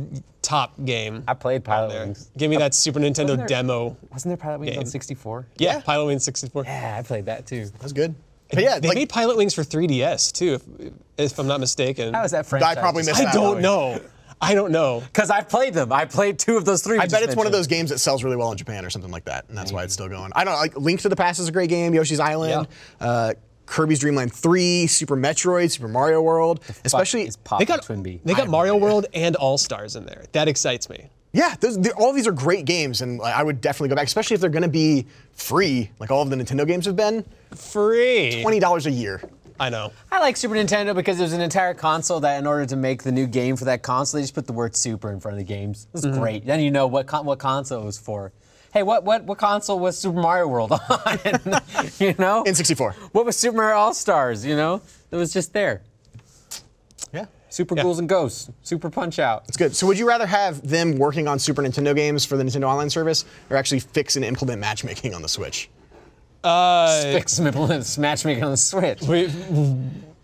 top game. I played Pilot there. Wings. Give me that Super Nintendo there- demo. Wasn't there Pilot Wings on Game. 64? Yeah, Pilot Wings 64. Yeah, I played that too. That's good. But yeah, They like, made Pilot Wings for 3DS too, if, if I'm not mistaken. How was that I franchise? probably missed. I that don't one. know. I don't know. Because I've played them. I played two of those three. I bet it's one of those games that sells really well in Japan or something like that, and that's why it's still going. I don't know, like Link to the Past is a great game. Yoshi's Island, uh, Kirby's Dream Land 3, Super Metroid, Super Mario World, especially It's Pop They got Twin B. They got Mario World and All Stars in there. That excites me. yeah. Those, the, all these are great games, and like, I would definitely go back, especially if they're going to be free, like all of the Nintendo games have been. Free. Twenty dollars a year. I know. I like Super Nintendo because there's an entire console that, in order to make the new game for that console, they just put the word "Super" in front of the games. It's Mm-hmm. great. Then you know what con- what console it was for. Hey, what what what console was Super Mario World on? you know, N64. What was Super Mario All Stars? You know, it was just there. Yeah. Super Ghouls and Ghosts, Super Punch Out. It's good. So, would you rather have them working on Super Nintendo games for the Nintendo Online service, or actually fix and implement matchmaking on the Switch? uh, Fix matchmaking on the Switch. Uh, We-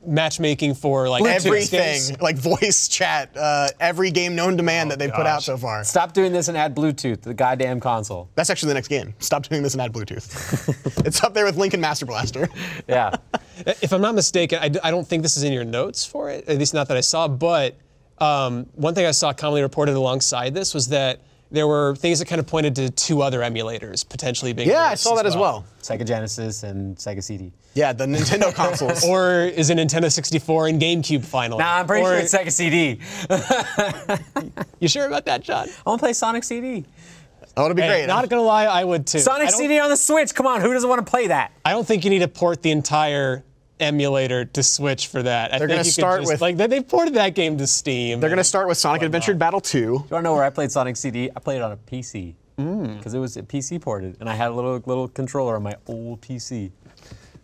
matchmaking for like Xbox Everything, games. like voice chat, uh, every game known to man that they've put out gosh. so far. Stop doing this and add Bluetooth to the goddamn console. That's actually the next game. Stop doing this and add Bluetooth. it's up there with Lincoln Master Blaster. Yeah. If I'm not mistaken, I, d- I don't think this is in your notes for it, at least not that I saw, but Um, one thing I saw commonly reported alongside this was that there were things that kind of pointed to two other emulators potentially being. Yeah, I released saw that as well. Sega Genesis and Sega CD. Yeah, the Nintendo consoles. Or is a Nintendo 64 and GameCube final? Nah, I'm pretty or, sure it's Sega CD. You sure about that, John? I want to play Sonic CD. that would be Hey, great. not gonna lie, I would too. I Sonic don't- CD on the Switch. Come on, who doesn't want to play that? I don't think you need to port the entire emulator to Switch for that. I They're think gonna you could start just- with- like they, they ported that game to Steam. They're going to start with Sonic Adventure Battle 2. You want to know where I played Sonic CD? I played it on a PC because it was PC ported, and I had a little little controller on my old PC.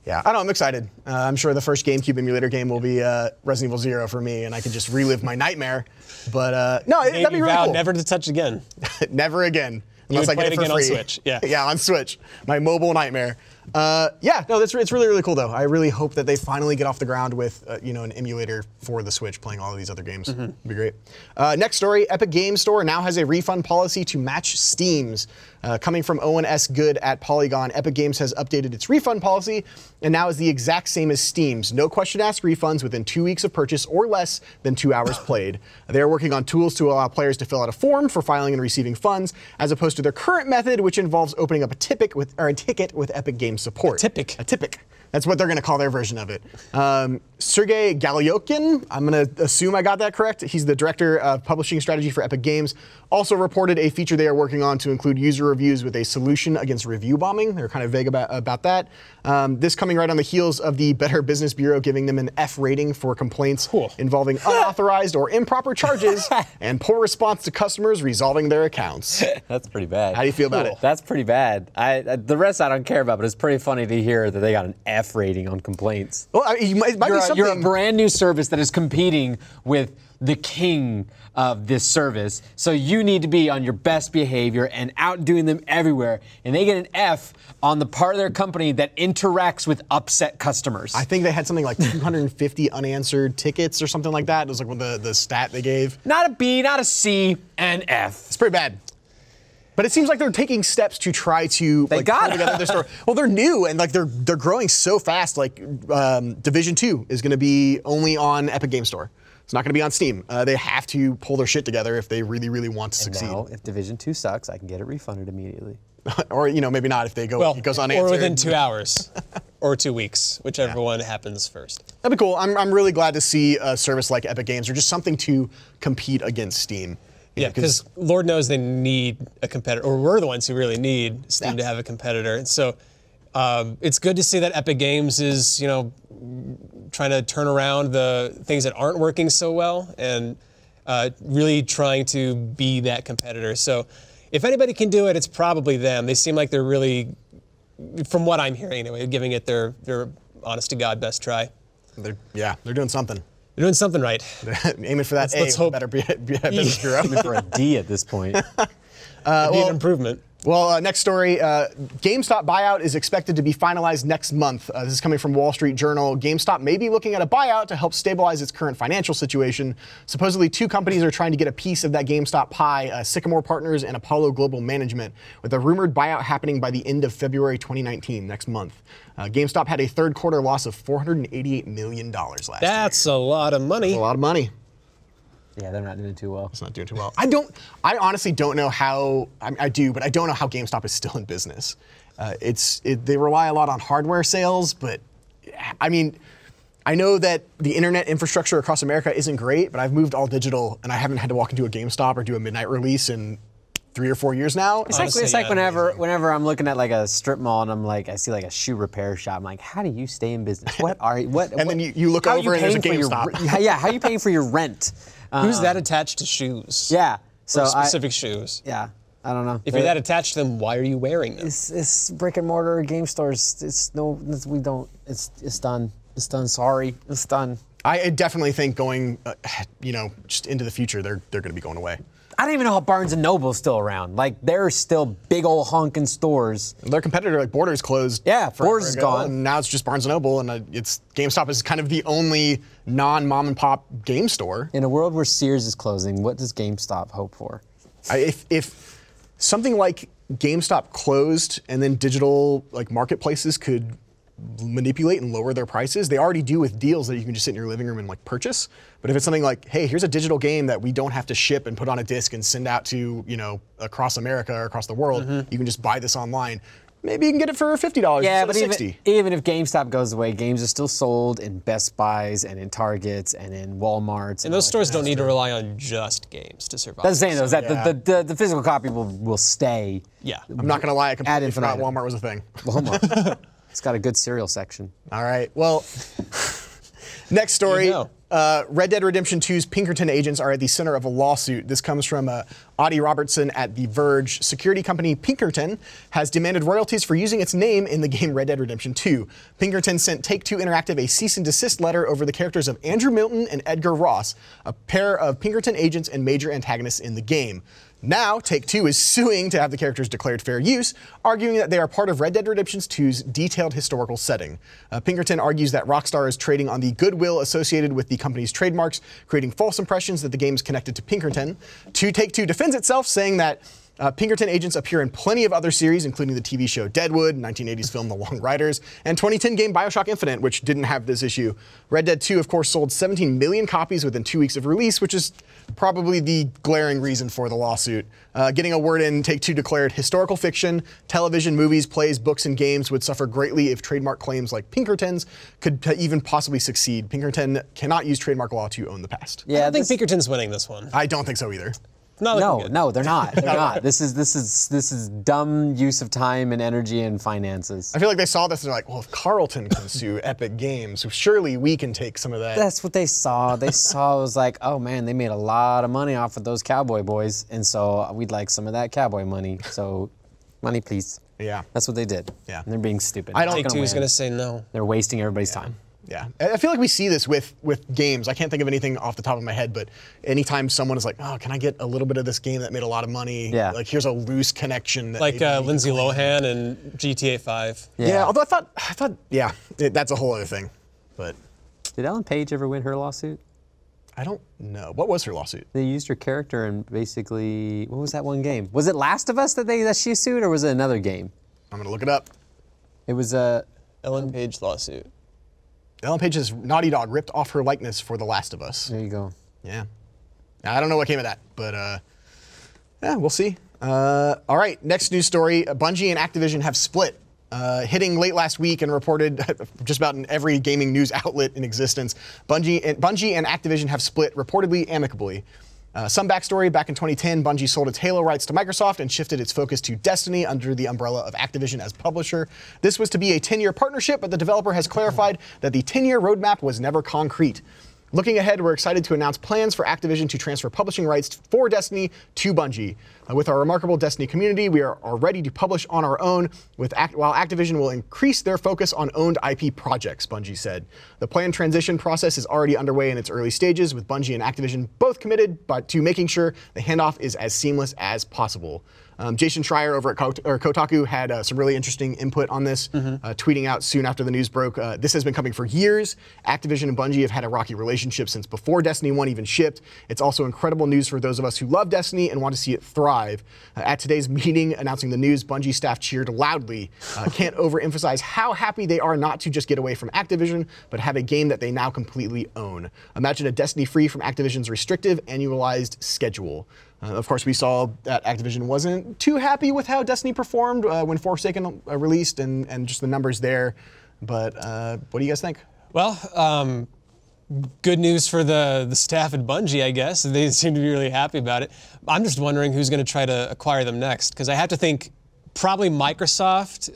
Yeah, I know. I'm excited. Uh, I'm sure the first GameCube emulator game will be uh, Resident Evil Zero for me, and I could just relive my nightmare. But uh, no, it, Maybe that'd be really vow cool. never to touch again. Never again. Unless would I get play it, it for again on free. Switch, yeah. yeah, on Switch. My mobile nightmare. Uh, yeah, no, that's it's really really cool though. I really hope that they finally get off the ground with uh, you know an emulator for the Switch, playing all of these other games. Mm-hmm. It'd be great. Uh, next story: Epic Game Store now has a refund policy to match Steam's. Uh, coming from Owen S. Good at Polygon, Epic Games has updated its refund policy and now is the exact same as Steam's. No question asked refunds within two weeks of purchase or less than two hours played. They are working on tools to allow players to fill out a form for filing and receiving funds, as opposed to their current method, which involves opening up a tipic with or a ticket with Epic Games support. A tipic. A tipic. That's what they're going to call their version of it. Um, Sergey Galyokin, I'm going to assume I got that correct. He's the director of publishing strategy for Epic Games. Also reported a feature they are working on to include user reviews with a solution against review bombing. They're kind of vague about, about that. Um, this coming right on the heels of the Better Business Bureau giving them an F rating for complaints involving unauthorized or improper charges and poor response to customers resolving their accounts. That's pretty bad. How do you feel about it? That's pretty bad. I, I the rest I don't care about, but it's pretty funny to hear that they got an F rating on complaints. Well, I, it might, it might You're be a, something. you're a brand new service that is competing with the king of this service, so you need to be on your best behavior and outdoing them everywhere. And they get an F on the part of their company that interacts with upset customers. I think they had something like 250 unanswered tickets or something like that. It was like one of the, the stat they gave. not a B, not a C, an F. It's pretty bad. But it seems like they're taking steps to try to like, got pull together their story. Well, they're new and like they're they're growing so fast. Like um, Division Two is going to be only on Epic Game Store. It's not going to be on Steam. Uh, they have to pull their shit together if they really, really want to succeed. Now, if Division Two sucks, I can get it refunded immediately. or you know, maybe not if they go. Well, it goes unanswered. or within two hours, or two weeks, whichever one happens first. That'd be cool. I'm, I'm really glad to see a service like Epic Games or just something to compete against Steam. You Yeah, know, because Lord knows they need a competitor, or we're the ones who really need Steam to have a competitor. So um, it's good to see that Epic Games is, you know, trying to turn around the things that aren't working so well and uh, really trying to be that competitor. So if anybody can do it, it's probably them. They seem like they're really, from what I'm hearing anyway, giving it their their honest to god best try. they're, yeah, they're doing something. They're doing something right. aiming for that. A with the let's hope- Better be, be- business bureau. for a D at this point. Be an improvement. well, uh, next story. Uh, GameStop buyout is expected to be finalized next month. Uh, this is coming from Wall Street Journal. GameStop may be looking at a buyout to help stabilize its current financial situation. Supposedly, two companies are trying to get a piece of that GameStop pie: uh, Sycamore Partners and Apollo Global Management, with a rumored buyout happening by the end of February 2019, next month. Uh, GameStop had a third quarter loss of 488 million dollars last year. That's a lot of money. A lot of money. yeah, they're not doing too well. It's not doing too well. I don't. I honestly don't know how. I, I do, but I don't know how GameStop is still in business. Uh, it's it, they rely a lot on hardware sales, but I mean, I know that the internet infrastructure across America isn't great, but I've moved all digital, and I haven't had to walk into a GameStop or do a midnight release in three or four years now. It's like, Honestly, it's like yeah, whenever whenever I'm looking at like a strip mall and I'm like I see like a shoe repair shop. I'm like, how do you stay in business? What are you? What? And then what- you- you look how are over and there's a paying for your GameStop. re- yeah, how are you paying for your rent? Um, Who's that attached to shoes? yeah. So Or I, specific shoes. yeah, I don't know. If you're that attached to them, why are you wearing them? it's, it's brick and mortar game stores. It's no, it's, we don't. It's it's done. It's done. Sorry, it's done. I I definitely think going, uh, you know, just into the future, they're they're going to be going away. I don't even know how Barnes and Noble's still around. Like they're still big old honking stores. Their competitor, like Borders, closed. Yeah, forever Borders is ago, gone. And now it's just Barnes and Noble, and uh, it's GameStop is kind of the only non-mom and pop game store. In a world where Sears is closing, what does GameStop hope for? I, if if something like GameStop closed, and then digital like marketplaces could manipulate and lower their prices. They already do with deals that you can just sit in your living room and like purchase. But if it's something like, hey, here's a digital game that we don't have to ship and put on a disc and send out to you know across America or across the world, you can just buy this online. Maybe you can get it for fifty dollars Yeah, instead but of even, sixty. even if GameStop goes away, games are still sold in Best Buys and in Targets and in Walmarts. And those stores don't need to rely on just games to survive. That's the saying though, is that Yeah. the, the, the, the physical copy will, will stay. yeah. I'm not gonna lie, I completely forgot infinitum. Walmart was a thing. Walmart. it's got a good cereal section. All right. Well, next story. You know. Uh, Red Dead Redemption 2's Pinkerton agents are at the center of a lawsuit. This comes from uh, Audie Robertson at The Verge. Security company Pinkerton has demanded royalties for using its name in the game Red Dead Redemption 2. Pinkerton sent Take Two Interactive a cease and desist letter over the characters of Andrew Milton and Edgar Ross, a pair of Pinkerton agents and major antagonists in the game. Now, Take Two is suing to have the characters declared fair use, arguing that they are part of Red Dead Redemption 2's detailed historical setting. Uh, Pinkerton argues that Rockstar is trading on the goodwill associated with the company's trademarks, creating false impressions that the game is connected to Pinkerton. To Take Two defends itself, saying that. uh, Pinkerton agents appear in plenty of other series, including the TV show Deadwood, 1980s film The Long Riders, and 2010 game Bioshock Infinite, which didn't have this issue. Red Dead 2, of course, sold 17 million copies within two weeks of release, which is probably the glaring reason for the lawsuit. Uh, getting a word in, Take Two declared historical fiction, television, movies, plays, books, and games would suffer greatly if trademark claims like Pinkerton's could p- even possibly succeed. Pinkerton cannot use trademark law to own the past. Yeah, I don't think this- Pinkerton's winning this one. I don't think so either. Not looking No, good. no, they're not. They're not. This is this is this is dumb use of time and energy and finances. I feel like they saw this and they're like, well, if Carlton can sue Epic Games, surely we can take some of that. That's what they saw. They saw it was like, oh man, they made a lot of money off of those cowboy boys, and so we'd like some of that cowboy money. So, money, please. Yeah. That's what they did. Yeah. And they're being stupid. I don't Take It's Two's win. going to say no. They're wasting everybody's time. Yeah, I I feel like we see this with with games. I can't think of anything off the top of my head, but anytime someone is like, "Oh, can I get a little bit of this game that made a lot of money?" Yeah. like here's a loose connection. That Like maybe uh, you can Lindsay claim." Lohan and GTA 5. Yeah. although I thought I thought yeah, it, that's a whole other thing, but Did Ellen Page ever win her lawsuit? I don't know what was her lawsuit. They used her character and basically, what was that one game? Was it Last of Us that they that she sued, or was it another game? I'm gonna look it up. It was uh, a. Ellen Page lawsuit. Ellen Page's Naughty Dog ripped off her likeness for The Last of Us. There you go. Yeah. I don't know what came of that, but uh, yeah, we'll see. Uh, all right, next news story Bungie and Activision have split. Uh, hitting late last week and reported just about in every gaming news outlet in existence, Bungie and, Bungie and Activision have split reportedly amicably. Uh, some backstory back in 2010, Bungie sold its Halo rights to Microsoft and shifted its focus to Destiny under the umbrella of Activision as publisher. This was to be a 10 year partnership, but the developer has clarified that the 10 year roadmap was never concrete. Looking ahead, we're excited to announce plans for Activision to transfer publishing rights for Destiny to Bungie. Uh, with our remarkable Destiny community, we are, are ready to publish on our own, with Act- while Activision will increase their focus on owned IP projects, Bungie said. The planned transition process is already underway in its early stages, with Bungie and Activision both committed but to making sure the handoff is as seamless as possible. Um, Jason Schreier over at Kot- or Kotaku had uh, some really interesting input on this, uh, tweeting out soon after the news broke. Uh, this has been coming for years. Activision and Bungie have had a rocky relationship since before Destiny 1 even shipped. It's also incredible news for those of us who love Destiny and want to see it thrive. Uh, at today's meeting announcing the news, Bungie staff cheered loudly. Uh, can't overemphasize how happy they are not to just get away from Activision, but have a game that they now completely own. Imagine a Destiny free from Activision's restrictive, annualized schedule. Uh, of course, we saw that Activision wasn't too happy with how Destiny performed uh, when Forsaken uh, released and, and just the numbers there. But uh, what do you guys think? Well, um, good news for the, the staff at Bungie, I guess. They seem to be really happy about it. I'm just wondering who's going to try to acquire them next, because I have to think probably Microsoft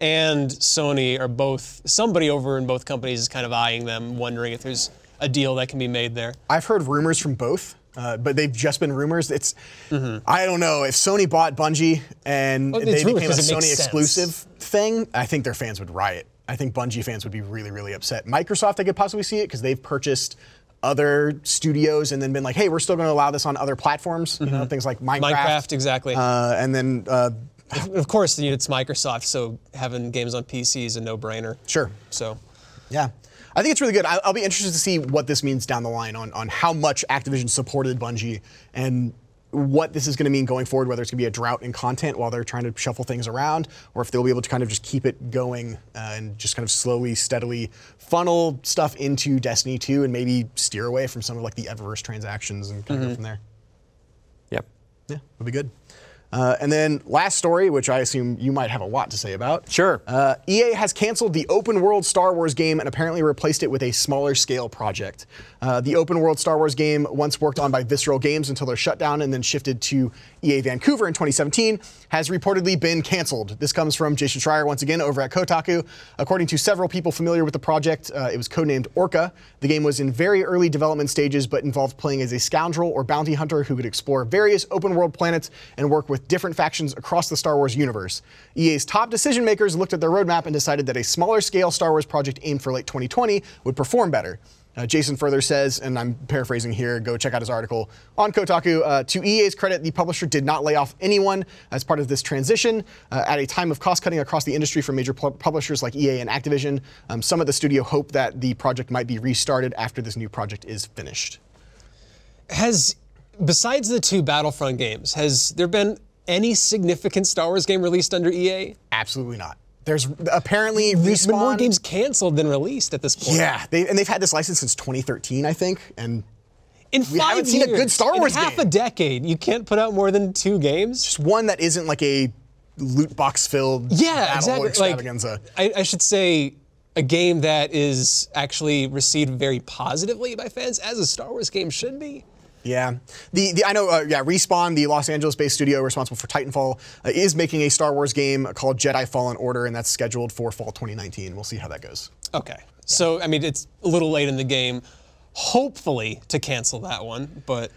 and Sony are both, somebody over in both companies is kind of eyeing them, wondering if there's a deal that can be made there. I've heard rumors from both. Uh, but they've just been rumors. It's I don't know if Sony bought Bungie and Mm-hmm. Well, they it's rumors became a 'cause it Sony makes sense. exclusive thing. I think their fans would riot. I think Bungie fans would be really really upset. Microsoft, I could possibly see it because they've purchased other studios and then been like, hey, we're still going to allow this on other platforms. You know, things like Minecraft. Mm-hmm. Minecraft, exactly. Uh, and then uh, of course, you know, it's Microsoft, so having games on PC is a no-brainer. Sure. So, Yeah. I think it's really good. I- I'll be interested to see what this means down the line on, on how much Activision supported Bungie and what this is going to mean going forward, whether it's going to be a drought in content while they're trying to shuffle things around, or if they'll be able to kind of just keep it going uh, and just kind of slowly, steadily funnel stuff into Destiny 2 and maybe steer away from some of like the Eververse transactions and kind of go from there. Mm-hmm. Yep. Yeah, it'll be good. Uh, and then last story, which I assume you might have a lot to say about. Sure. Uh, EA has canceled the open world Star Wars game and apparently replaced it with a smaller scale project. Uh, the open world Star Wars game, once worked on by Visceral Games until their shutdown and then shifted to EA Vancouver in 2017, has reportedly been canceled. This comes from Jason Schreier once again over at Kotaku. According to several people familiar with the project, uh, it was codenamed Orca. The game was in very early development stages but involved playing as a scoundrel or bounty hunter who could explore various open world planets and work with different factions across the Star Wars universe. EA's top decision makers looked at their roadmap and decided that a smaller scale Star Wars project aimed for late 2020 would perform better. Uh, Jason further says, and I'm paraphrasing here, go check out his article on Kotaku. Uh, to EA's credit, the publisher did not lay off anyone as part of this transition. Uh, at a time of cost cutting across the industry for major pu- publishers like EA and Activision, um, some at the studio hope that the project might be restarted after this new project is finished. Has, besides the two Battlefront games, has there been any significant Star Wars game released under EA? Absolutely not. There's apparently There's been more respawn. games canceled than released at this point. Yeah, they, and they've had this license since 2013, I think, and In five haven't seen a good years, Star Wars in half game. a decade, you can't put out more than two games. just one that isn't like a loot box filled Yeah, battle exactly. Like, extravaganza. I, I should say a game that is actually received very positively by fans, as a Star Wars game should be. Yeah, the, the I know. Uh, yeah, Respawn, the Los Angeles-based studio responsible for Titanfall, uh, is making a Star Wars game called Jedi Fallen Order, and that's scheduled for fall 2019. We'll see how that goes. Okay. So, I mean, it's a little late in the game, hopefully, to cancel that one, but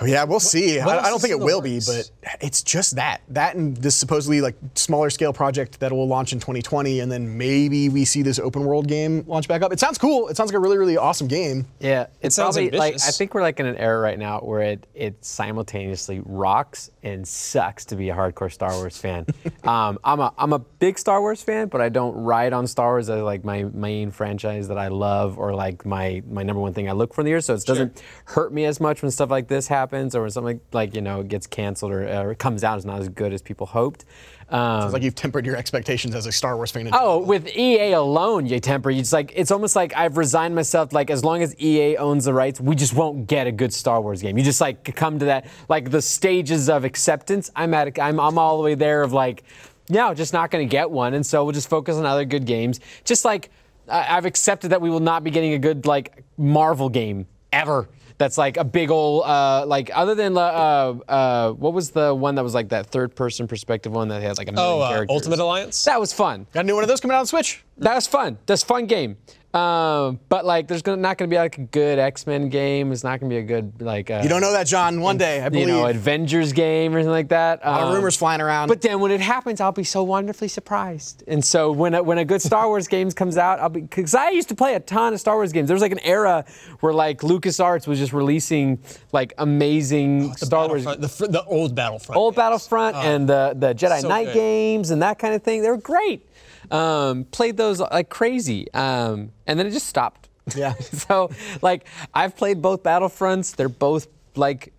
Oh, yeah, we'll see. what I, I else don't is think in it the will works? be, but it's just that that and this supposedly like smaller scale project that will launch in 2020, and then maybe we see this open world game launch back up. It sounds cool. It sounds like a really really awesome game. Yeah, it's sounds probably like I ambitious. think we're like in an era right now where it it simultaneously rocks and sucks to be a hardcore Star Wars fan. um, I'm a I'm a big Star Wars fan, but I don't ride on Star Wars as like my main franchise that I love or like my my number one thing I look for in the year. So it doesn't hurt me as much when stuff like this happens or when something like you know gets canceled or, or comes out is not as good as people hoped. Um, It's like you've tempered your expectations as a Star Wars fan. in Oh, general. with EA alone, you temper. You just like it's almost like I've resigned myself. Like as long as EA owns the rights, we just won't get a good Star Wars game. You just like come to that like the stages of acceptance. I'm at I'm I'm all the way there of like, no, just not going to get one, and so we'll just focus on other good games. Just like I- I've accepted that we will not be getting a good like Marvel game ever. That's like a big old uh, like other than uh, uh, what was the one that was like that third person perspective one that had like a million oh, uh, characters. Ultimate Alliance? That was fun. got a new one of those coming out on Switch. That was fun. That's a fun game. Um, but like, there's gonna, not going to be like a good X Men game. It's not going to be a good like uh, You don't know that, John. One day, I you believe. know Avengers game or anything like that. Um, lot of rumors flying around. But then when it happens, I'll be so wonderfully surprised. And so when a, when a good Star Wars game comes out, I'll be because I used to play a ton of Star Wars games. There was like an era where like LucasArts was just releasing like amazing Oh, Star Wars. Battlefront- the, fr- the old Battlefront. Old games. Battlefront and the, the Jedi Uh, so Knight good. games and that kind of thing. They were great. Um, played those like crazy. Um, and then it just stopped. Yeah. so, like, I've played both Battlefronts. They're both, like,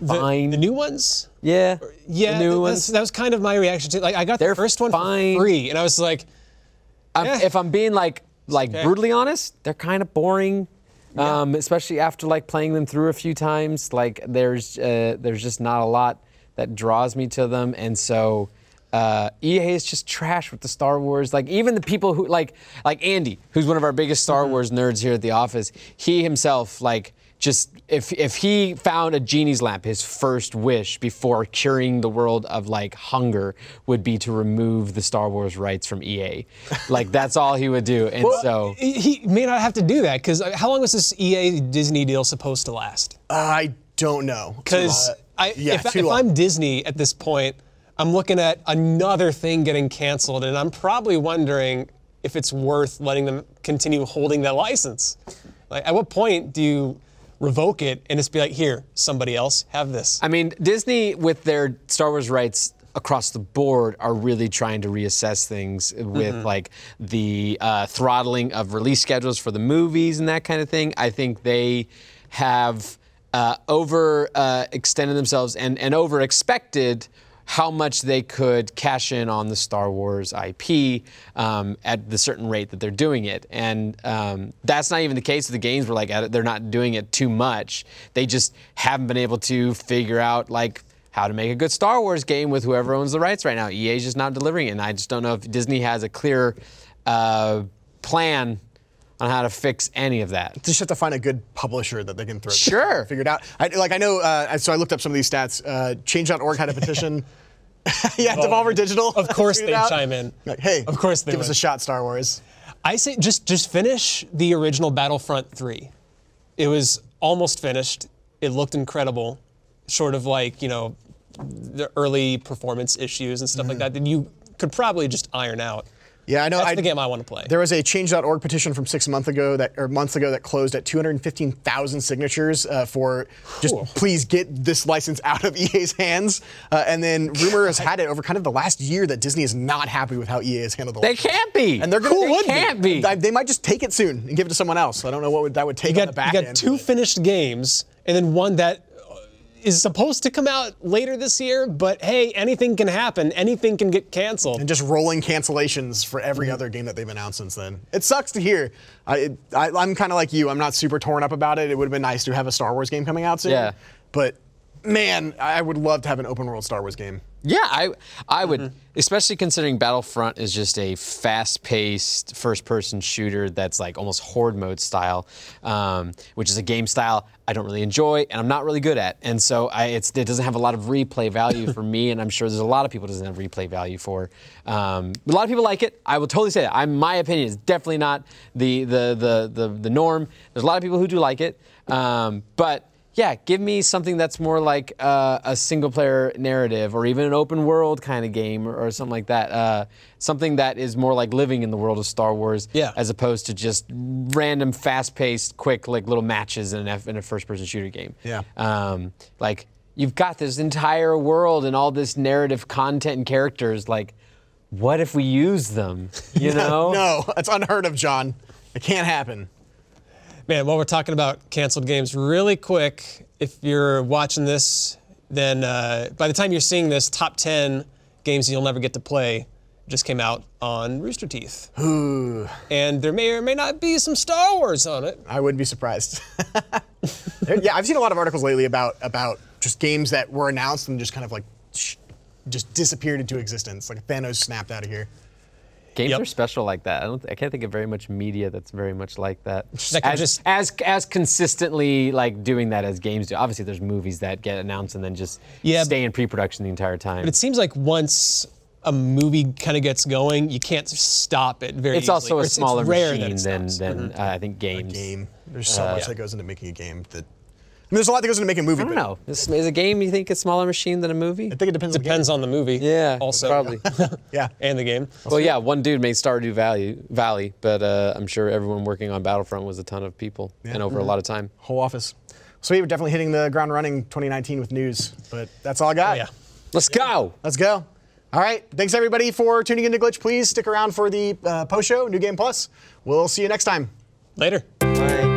The- fine. The, new ones? yeah. Yeah, The new th- ones. that's- that was kind of my reaction to. Like, I got They're the first one fine. for free, and I was like, I'm- yeah. If I'm being, like, like brutally honest, they're kind of boring. Um, especially after like playing them through a few times, like there's uh, there's just not a lot that draws me to them, and so uh, EA is just trash with the Star Wars. Like even the people who like like Andy, who's one of our biggest Star Wars nerds here at the office, he himself like just if if he found a genie's lamp, his first wish before curing the world of like hunger would be to remove the Star Wars rights from EA. Like that's all he would do, and so. he he may not have to do that because how long was this EA Disney deal supposed to last? Uh, I don't know. Because Uh, I, yeah, if, too if long. I'm Disney at this point, I'm looking at another thing getting canceled, and I'm probably wondering if it's worth letting them continue holding that license. Like, at what point do you revoke it and just be like, here, somebody else, have this? I mean, Disney with their Star Wars rights across the board are really trying to reassess things with like the uh, throttling of release schedules for the movies and that kind of thing. I think they have uh, over uh, extended themselves and, and over expected how much they could cash in on the Star Wars IP um, at the certain rate that they're doing it. And um, that's not even the case of the games where like at it- they're not doing it too much. They just haven't been able to figure out like how to make a good Star Wars game with whoever owns the rights right now. EA's just not delivering it. And I just don't know if Disney has a clear uh, plan on how to fix any of that. just have to find a good publisher that they can throw. Sure. Figured out. I, like I know. Uh, so I looked up some of these stats. Uh, Change.org had a petition. yeah, Devolver Digital. Of course tweeted they out. chime in. Like, hey, Of course they give us a would. shot, Star Wars. I say just just finish the original Battlefront 3. It was almost finished. It looked incredible, short of like, you know, the early performance issues and stuff like that that you could probably just iron out. Mm-hmm. Yeah, I know. That's I, the game I want to play. There was a Change.org petition from six months ago that, or months ago, that closed at 215,000 signatures uh, for just please get this license out of EA's hands. Uh, and then rumor has had it over kind of the last year that Disney is not happy with how EA has handled the. They license. can't be. And they're going Who to would can't be. They might just take it soon and give it to someone else. I don't know what would, that would take you on the got, back you got end, two but- finished games and then one that uh, is supposed to come out later this year, but hey, anything can happen. Anything can get canceled. and just rolling cancellations for every other game that they've announced since then. It sucks to hear. I, it, I, I'm kind of like you. I'm not super torn up about it. It would have been nice to have a Star Wars game coming out soon. Yeah. But man, I would love to have an open world Star Wars game. Yeah, I I would, especially considering Battlefront is just a fast-paced first-person shooter that's like almost horde mode style, um, which is a game style I don't really enjoy and I'm not really good at, and so I, it's, it doesn't have a lot of replay value for me, and I'm sure there's a lot of people it doesn't have replay value for. Um, a lot of people like it. I will totally say that. I, my opinion is definitely not the the, the the the norm. There's a lot of people who do like it, um, but yeah, give me something that's more like uh, a single player narrative or even an open world kind of game or, or something like that. Uh, something that is more like living in the world of Star Wars Yeah. as opposed to just random, fast paced, quick, like little matches in, an F- in a first person shooter game. Yeah. Um, like, you've got this entire world and all this narrative content and characters. Like, what if we use them? You know? No, that's unheard of, John. It can't happen. Man, while we're talking about canceled games, really quick, if you're watching this, then uh, by the time you're seeing this, top 10 games you'll never get to play just came out on Rooster Teeth. And there may or may not be some Star Wars on it. I wouldn't be surprised. There- yeah, I've seen a lot of articles lately about about just games that were announced and just kind of like sh- just disappeared into existence. Like Thanos snapped out of here. Games Yep. are special like that. I don't. I can't think of very much media that's very much like that. That can as, just- as as consistently like doing that as games do. Obviously, there's movies that get announced and then just Yeah, stay in pre-production the entire time. But it seems like once a movie kind of gets going, you can't stop it very it's easily. also Or a it's smaller rare that machine it than stops. Mm-hmm. than uh, I think games. Game. There's so much that goes into making a game that. I mean, there's a lot that goes into making a movie. Uh, I don't but know. Is, is a game you think a smaller machine than a movie? I think it depends. on the game. Depends on the movie. yeah. Also. probably. Yeah. And the game. Well, yeah, one dude made Stardew Valley, Valley, but uh, I'm sure everyone working on Battlefront was a ton of people and Mm-hmm. over a lot of time. Whole office. So we were definitely hitting the ground running 2019 with news, but that's all I got. Oh, Yeah. Let's go. Let's go. All right. Thanks everybody for tuning into Glitch. Please stick around for the uh, post show, New Game Plus. We'll see you next time. Later. Like-